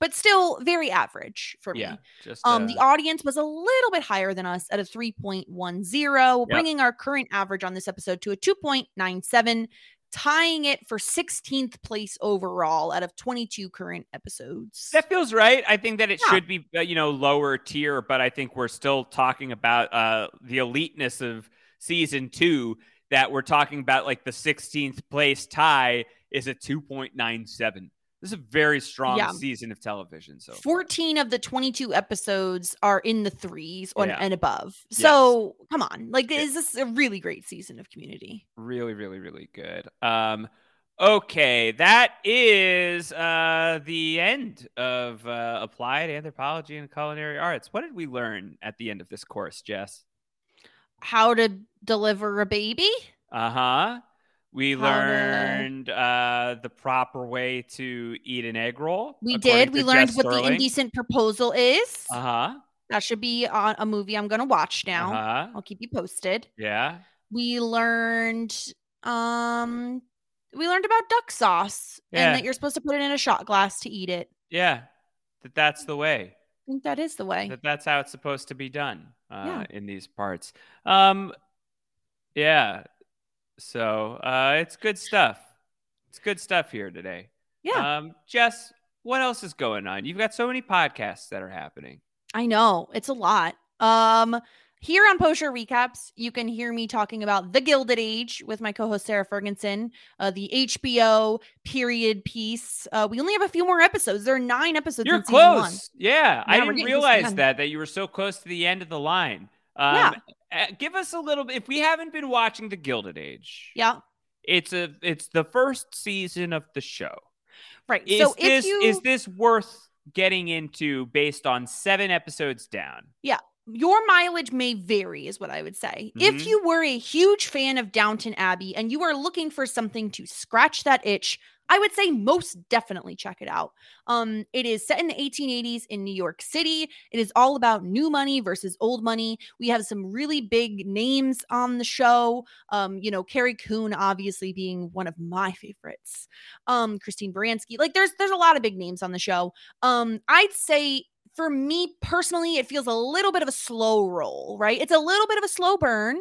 D: but still very average for me.
C: Yeah, just
D: um,
C: uh,
D: the audience was a little bit higher than us at a 3.10,
C: Yep.
D: bringing our current average on this episode to a 2.97, tying it for 16th place overall out of 22 current episodes.
C: That feels right. I think that it
D: Yeah.
C: should be, uh, you know, lower tier, but I think we're still talking about uh, the eliteness of season two. That we're talking about, like the 16th place tie is a 2.97. This is a very strong
D: Yeah.
C: season of television. So
D: 14 of the 22 episodes are in the threes on,
C: Yeah.
D: and above.
C: Yes.
D: So come on. Like, is this a really great season of community?
C: really, really, really good. Um, okay, that is uh, the end of uh, applied anthropology and culinary arts. What did we learn at the end of this course, Jess?
D: How to deliver a baby?
C: Uh huh. We
D: How to-
C: learned uh, the proper way to eat an egg roll.
D: We did. We learned what the indecent proposal is.
C: Uh huh.
D: that should be on a movie I'm going to watch now.
C: Uh-huh.
D: I'll keep you posted.
C: Yeah.
D: We learned, um, we learned about duck sauce
C: Yeah.
D: and that you're supposed to put it in a shot glass to eat it.
C: Yeah. That that's the way.
D: I think that is the way.
C: That that's how it's supposed to be done uh,
D: Yeah.
C: in these parts. Um. Yeah. So uh, it's good stuff. It's good stuff here today.
D: Yeah.
C: Um, Jess, what else is going on? You've got so many podcasts that are happening.
D: I know it's a lot. Um, here on Post Show Recaps, you can hear me talking about The Gilded Age with my co-host Sarah Ferguson, uh, the HBO period piece. Uh, we only have a few more episodes. There are nine episodes.
C: You're
D: in season one.
C: close. Yeah, I
D: Yeah, we're getting
C: didn't
D: close to the
C: realize
D: end.
C: that that you were so close to the end of the line. Um, yeah. Give us a little bit. If we haven't been watching The Gilded Age,
D: Yeah,
C: it's a it's the first season of the show.
D: right.
C: Is
D: so
C: this
D: if you
C: is this worth getting into based on seven episodes down?
D: Yeah. Your mileage may vary, is what I would say.
C: Mhm.
D: If you were a huge fan of Downton Abbey and you are looking for something to scratch that itch, I would say most definitely check it out. Um, it is set in the 1880s in New York City. It is all about new money versus old money. We have some really big names on the show. Um, you know, Carrie Coon obviously being one of my favorites. Um, Christine Baranski. Like, there's there's a lot of big names on the show. Um, I'd say for me personally, it feels a little bit of a slow roll, right? It's a little bit of a slow burn,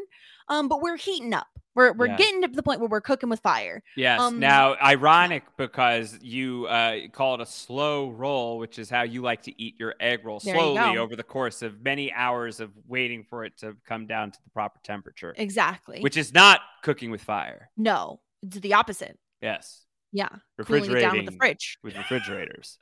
D: um, but we're heating up. We're we're
C: Yeah.
D: getting to the point where we're cooking with fire.
C: Yes.
D: Um,
C: now,
D: [LAUGHS]
C: ironic because you uh, call it a slow roll, which is how you like to eat your egg roll
D: There you
C: slowly
D: go.
C: over the course of many hours of waiting for it to come down to the proper temperature.
D: Exactly.
C: Which is not cooking with fire.
D: no, it's the opposite.
C: Yes.
D: Yeah, cooling it
C: Refrigerating
D: down with the fridge.
C: With refrigerators.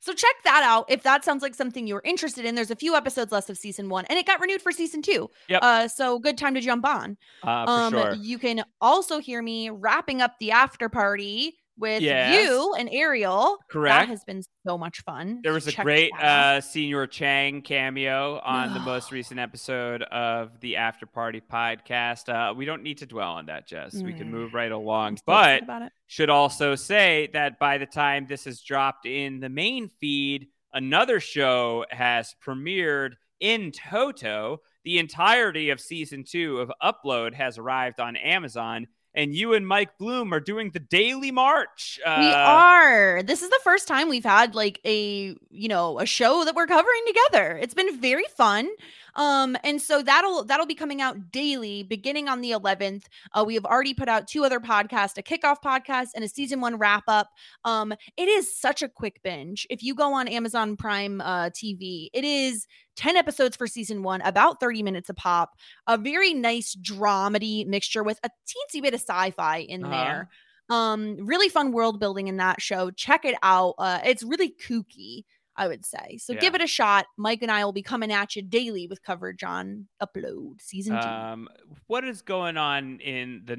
D: So check that out if that sounds like something you're interested in. There's a few episodes left of season one, and it got renewed for season two.
C: Yep.
D: Uh, so good time to jump on. Um,
C: Uh, for sure.
D: You can also hear me wrapping up the after party with
C: Yes.
D: you and Ariel.
C: Correct.
D: That has been so much fun.
C: There was a
D: Check
C: great
D: that out.
C: uh, Senior Chang cameo on the most recent episode of the After Party podcast. Uh, we don't need to dwell on that, Jess. We can
F: Mm.
C: move right along.
F: still upset
C: But
F: about it.
C: should also say that by the time this is dropped in the main feed, another show has premiered in toto. The entirety of season two of Upload has arrived on Amazon. And you and Mike Bloom are doing the Daily March. Uh,
D: we are. This is the first time we've had like a, you know, a show that we're covering together. It's been very fun. Um and so that'll that'll be coming out daily beginning on the 11th. Uh we have already put out two other podcasts, a kickoff podcast and a season 1 wrap up. Um it is such a quick binge. If you go on Amazon Prime uh TV, it is 10 episodes for season 1, about 30 minutes a pop. A very nice dramedy mixture with a teensy bit of sci-fi in
C: Uh-huh.
D: there um really fun world building in that show check it out uh it's really kooky i would say so give
C: Yeah.
D: it a shot mike and i will be coming at you daily with coverage on upload season two
C: Um, what is going on in the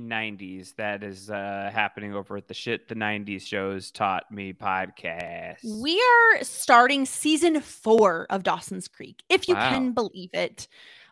C: 1990s that is uh, happening over at the Shit the 90s Shows Taught Me podcast?
D: we are starting season four of dawson's creek if you
C: Wow.
D: can believe it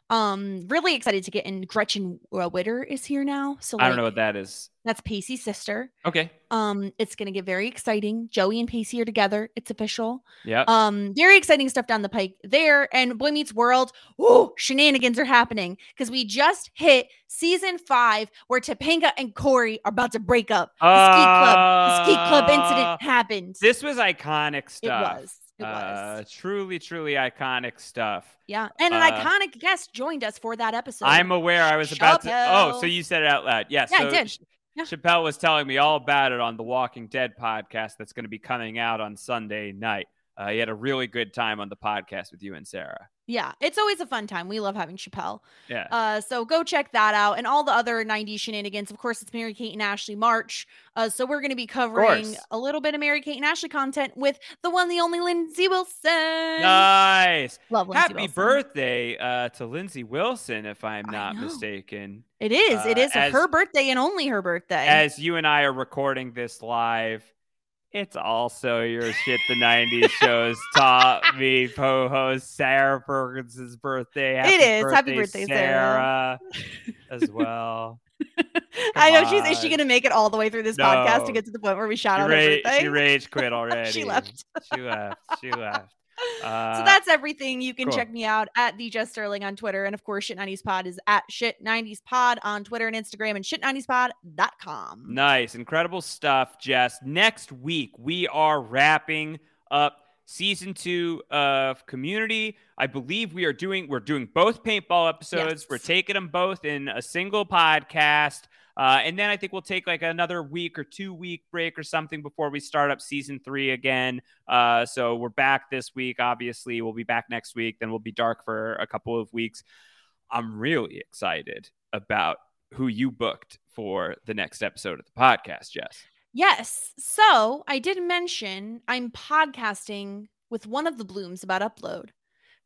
D: um really excited to get in gretchen uh, witter is here now so
C: I don't know
D: like,
C: what that is.
D: that's pacey's sister
C: Okay.
D: Um, it's gonna get very exciting. Joey and Pacey are together. It's official.
C: Yep.
D: Um, very exciting stuff down the pike there. And Boy Meets World, oh, shenanigans are happening because we just hit season five where Topanga and Corey are about to break up. The ski club, the ski club
C: Ah.
D: incident happened.
C: This was iconic stuff.
D: was. It
C: was. Uh, truly, truly iconic stuff.
D: Yeah, and an
C: Uh,
D: iconic guest joined us for that episode.
C: I'm aware I was about to. Oh, so
D: Chappelle.
C: you said it out loud. Yeah,
D: Yeah, I
C: so
D: did.
C: Ch-
D: Yeah.
C: Chappelle was telling me all about it on the Walking Dead podcast that's going to be coming out on Sunday night. Uh, he had a really good time on the podcast with you and Sarah.
D: Yeah, it's always a fun time. We love having Chappelle.
C: Yeah.
D: Uh, so go check that out and all the other 90s shenanigans. Of course, it's Mary Kate and Ashley March. Uh, so we're going to be covering
C: course.
D: a little bit of Mary Kate and Ashley content with the one, the only Lindsay Wilson.
C: Nice.
D: Love Lindsay
C: Happy
D: Wilson.
C: birthday uh, to Lindsay Wilson, if I'm not
D: know.
C: mistaken.
D: It is. it
C: Uh,
D: is
C: as-
D: her birthday and only her birthday.
C: As you and I are recording this live, it's
D: [LAUGHS]
C: also your shit the 90s shows taught me po host Sarah Perkins's birthday. Happy
D: It is. Happy birthday,
C: Sarah.
D: Sarah. [LAUGHS]
C: as well.
D: [LAUGHS] I know she's is she
C: on.
D: going to make it all the way through this podcast
C: No.
D: to get to the point where we shout
C: She,
D: out
C: ra-
D: her birthday?
C: she
D: [LAUGHS]
C: rage quit already.
D: left.
C: She left. She left.
D: [LAUGHS]
C: Uh,
D: so that's everything. You can
C: cool.
D: check me out at the Jess Sterling on Twitter. And of course, Shit 90s Pod is at Shit 90s Pod on Twitter and Instagram and shit90spod.com.
C: Nice, incredible stuff, Jess. Next week we are wrapping up season two of Community. I believe we are doing we're doing both paintball episodes. We're taking them both in a single podcast, uh, and then I think we'll take like another week or two week break or something before we start up season three again. Uh, so we're back this week. Obviously, we'll be back next week. Then we'll be dark for a couple of weeks. I'm really excited about who you booked for the next episode of the podcast, Jess.
D: Yes. So I did mention I'm podcasting with one of the blooms about upload,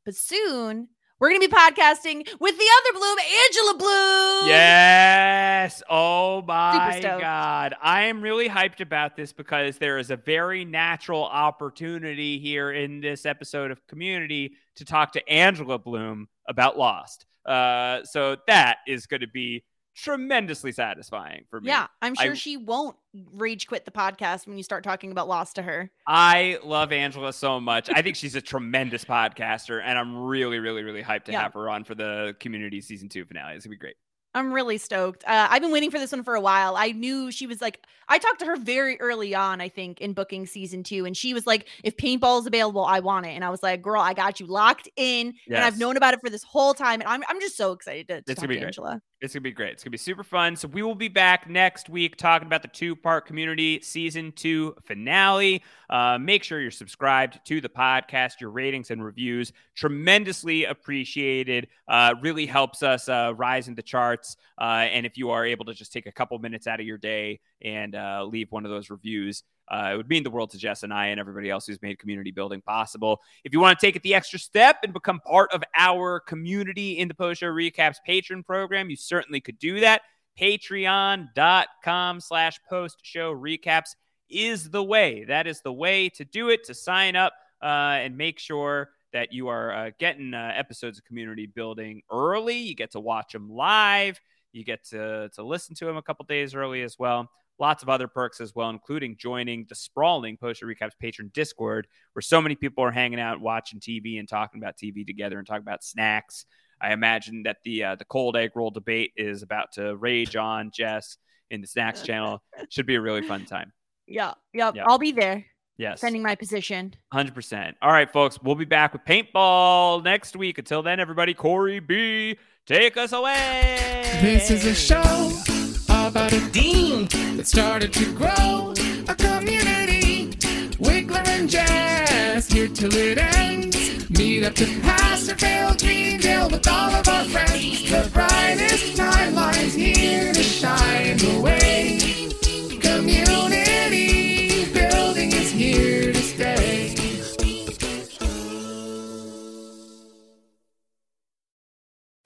D: but soon we're going to be podcasting with the other bloom, Angela Bloom.
C: Yes. Oh my
D: stoked.
C: God. I am really hyped about this because there is a very natural opportunity here in this episode of Community to talk to Angela Bloom about Lost. Uh, so that is going to be tremendously satisfying for me.
D: Yeah. I'm sure
C: I-
D: she won't rage quit the podcast when you start talking about Lost to her.
C: I love Angela so much. I think she's a tremendous podcaster, and I'm really, really, really hyped to
D: Yeah.
C: have her on for the Community season two finale. It's gonna be great.
D: I'm really stoked. Uh, I've been waiting for this one for a while. I knew she was like, I talked to her very early on, I think, in booking season two. And she was like, if paintball is available, I want it. And I was like, girl, I got you locked in. And I've
C: Yes.
D: known about it for this whole time. And I'm, I'm just so excited to, to
C: It's
D: talk
C: gonna be
D: to
C: great.
D: Angela.
C: It's gonna be great. It's gonna be super fun. So we will be back next week talking about the two-part Community season two finale. Uh, make sure you're subscribed to the podcast. Your ratings and reviews tremendously appreciated. Uh, really helps us uh, rise in the charts. Uh, and if you are able to just take a couple minutes out of your day and uh, leave one of those reviews. Uh, it would mean the world to Jess and I and everybody else who's made community building possible. If you want to take it the extra step and become part of our community in the post show recaps patron program, you certainly could do that. patreon.com slash post show recaps is the way. That is the way to do it, to sign up uh, and make sure that you are uh, getting uh, episodes of community building early. You get to watch them live. You get to, to listen to them a couple days early as well. Lots of other perks as well, including joining the sprawling Post Show Recaps patron Discord, where so many people are hanging out, watching TV, and talking about TV together, and talking about snacks. I imagine that the uh, the cold egg roll debate is about to rage on, Jess, in the snacks channel. Should be a really fun time.
K: Yeah, yep.
C: Yep.
K: I'll be there.
C: Yes.
K: Defending my position.
C: 100%. All right, folks, we'll be back with paintball next week. Until then, everybody, Corey B, take us away.
L: This is a show about a dean that started to grow a community. Wiggler and Jazz here till it ends. Meet up to Pasterfield, Greendale with all of our friends. The brightest timeline's here to shine the way. Community building is here to stay.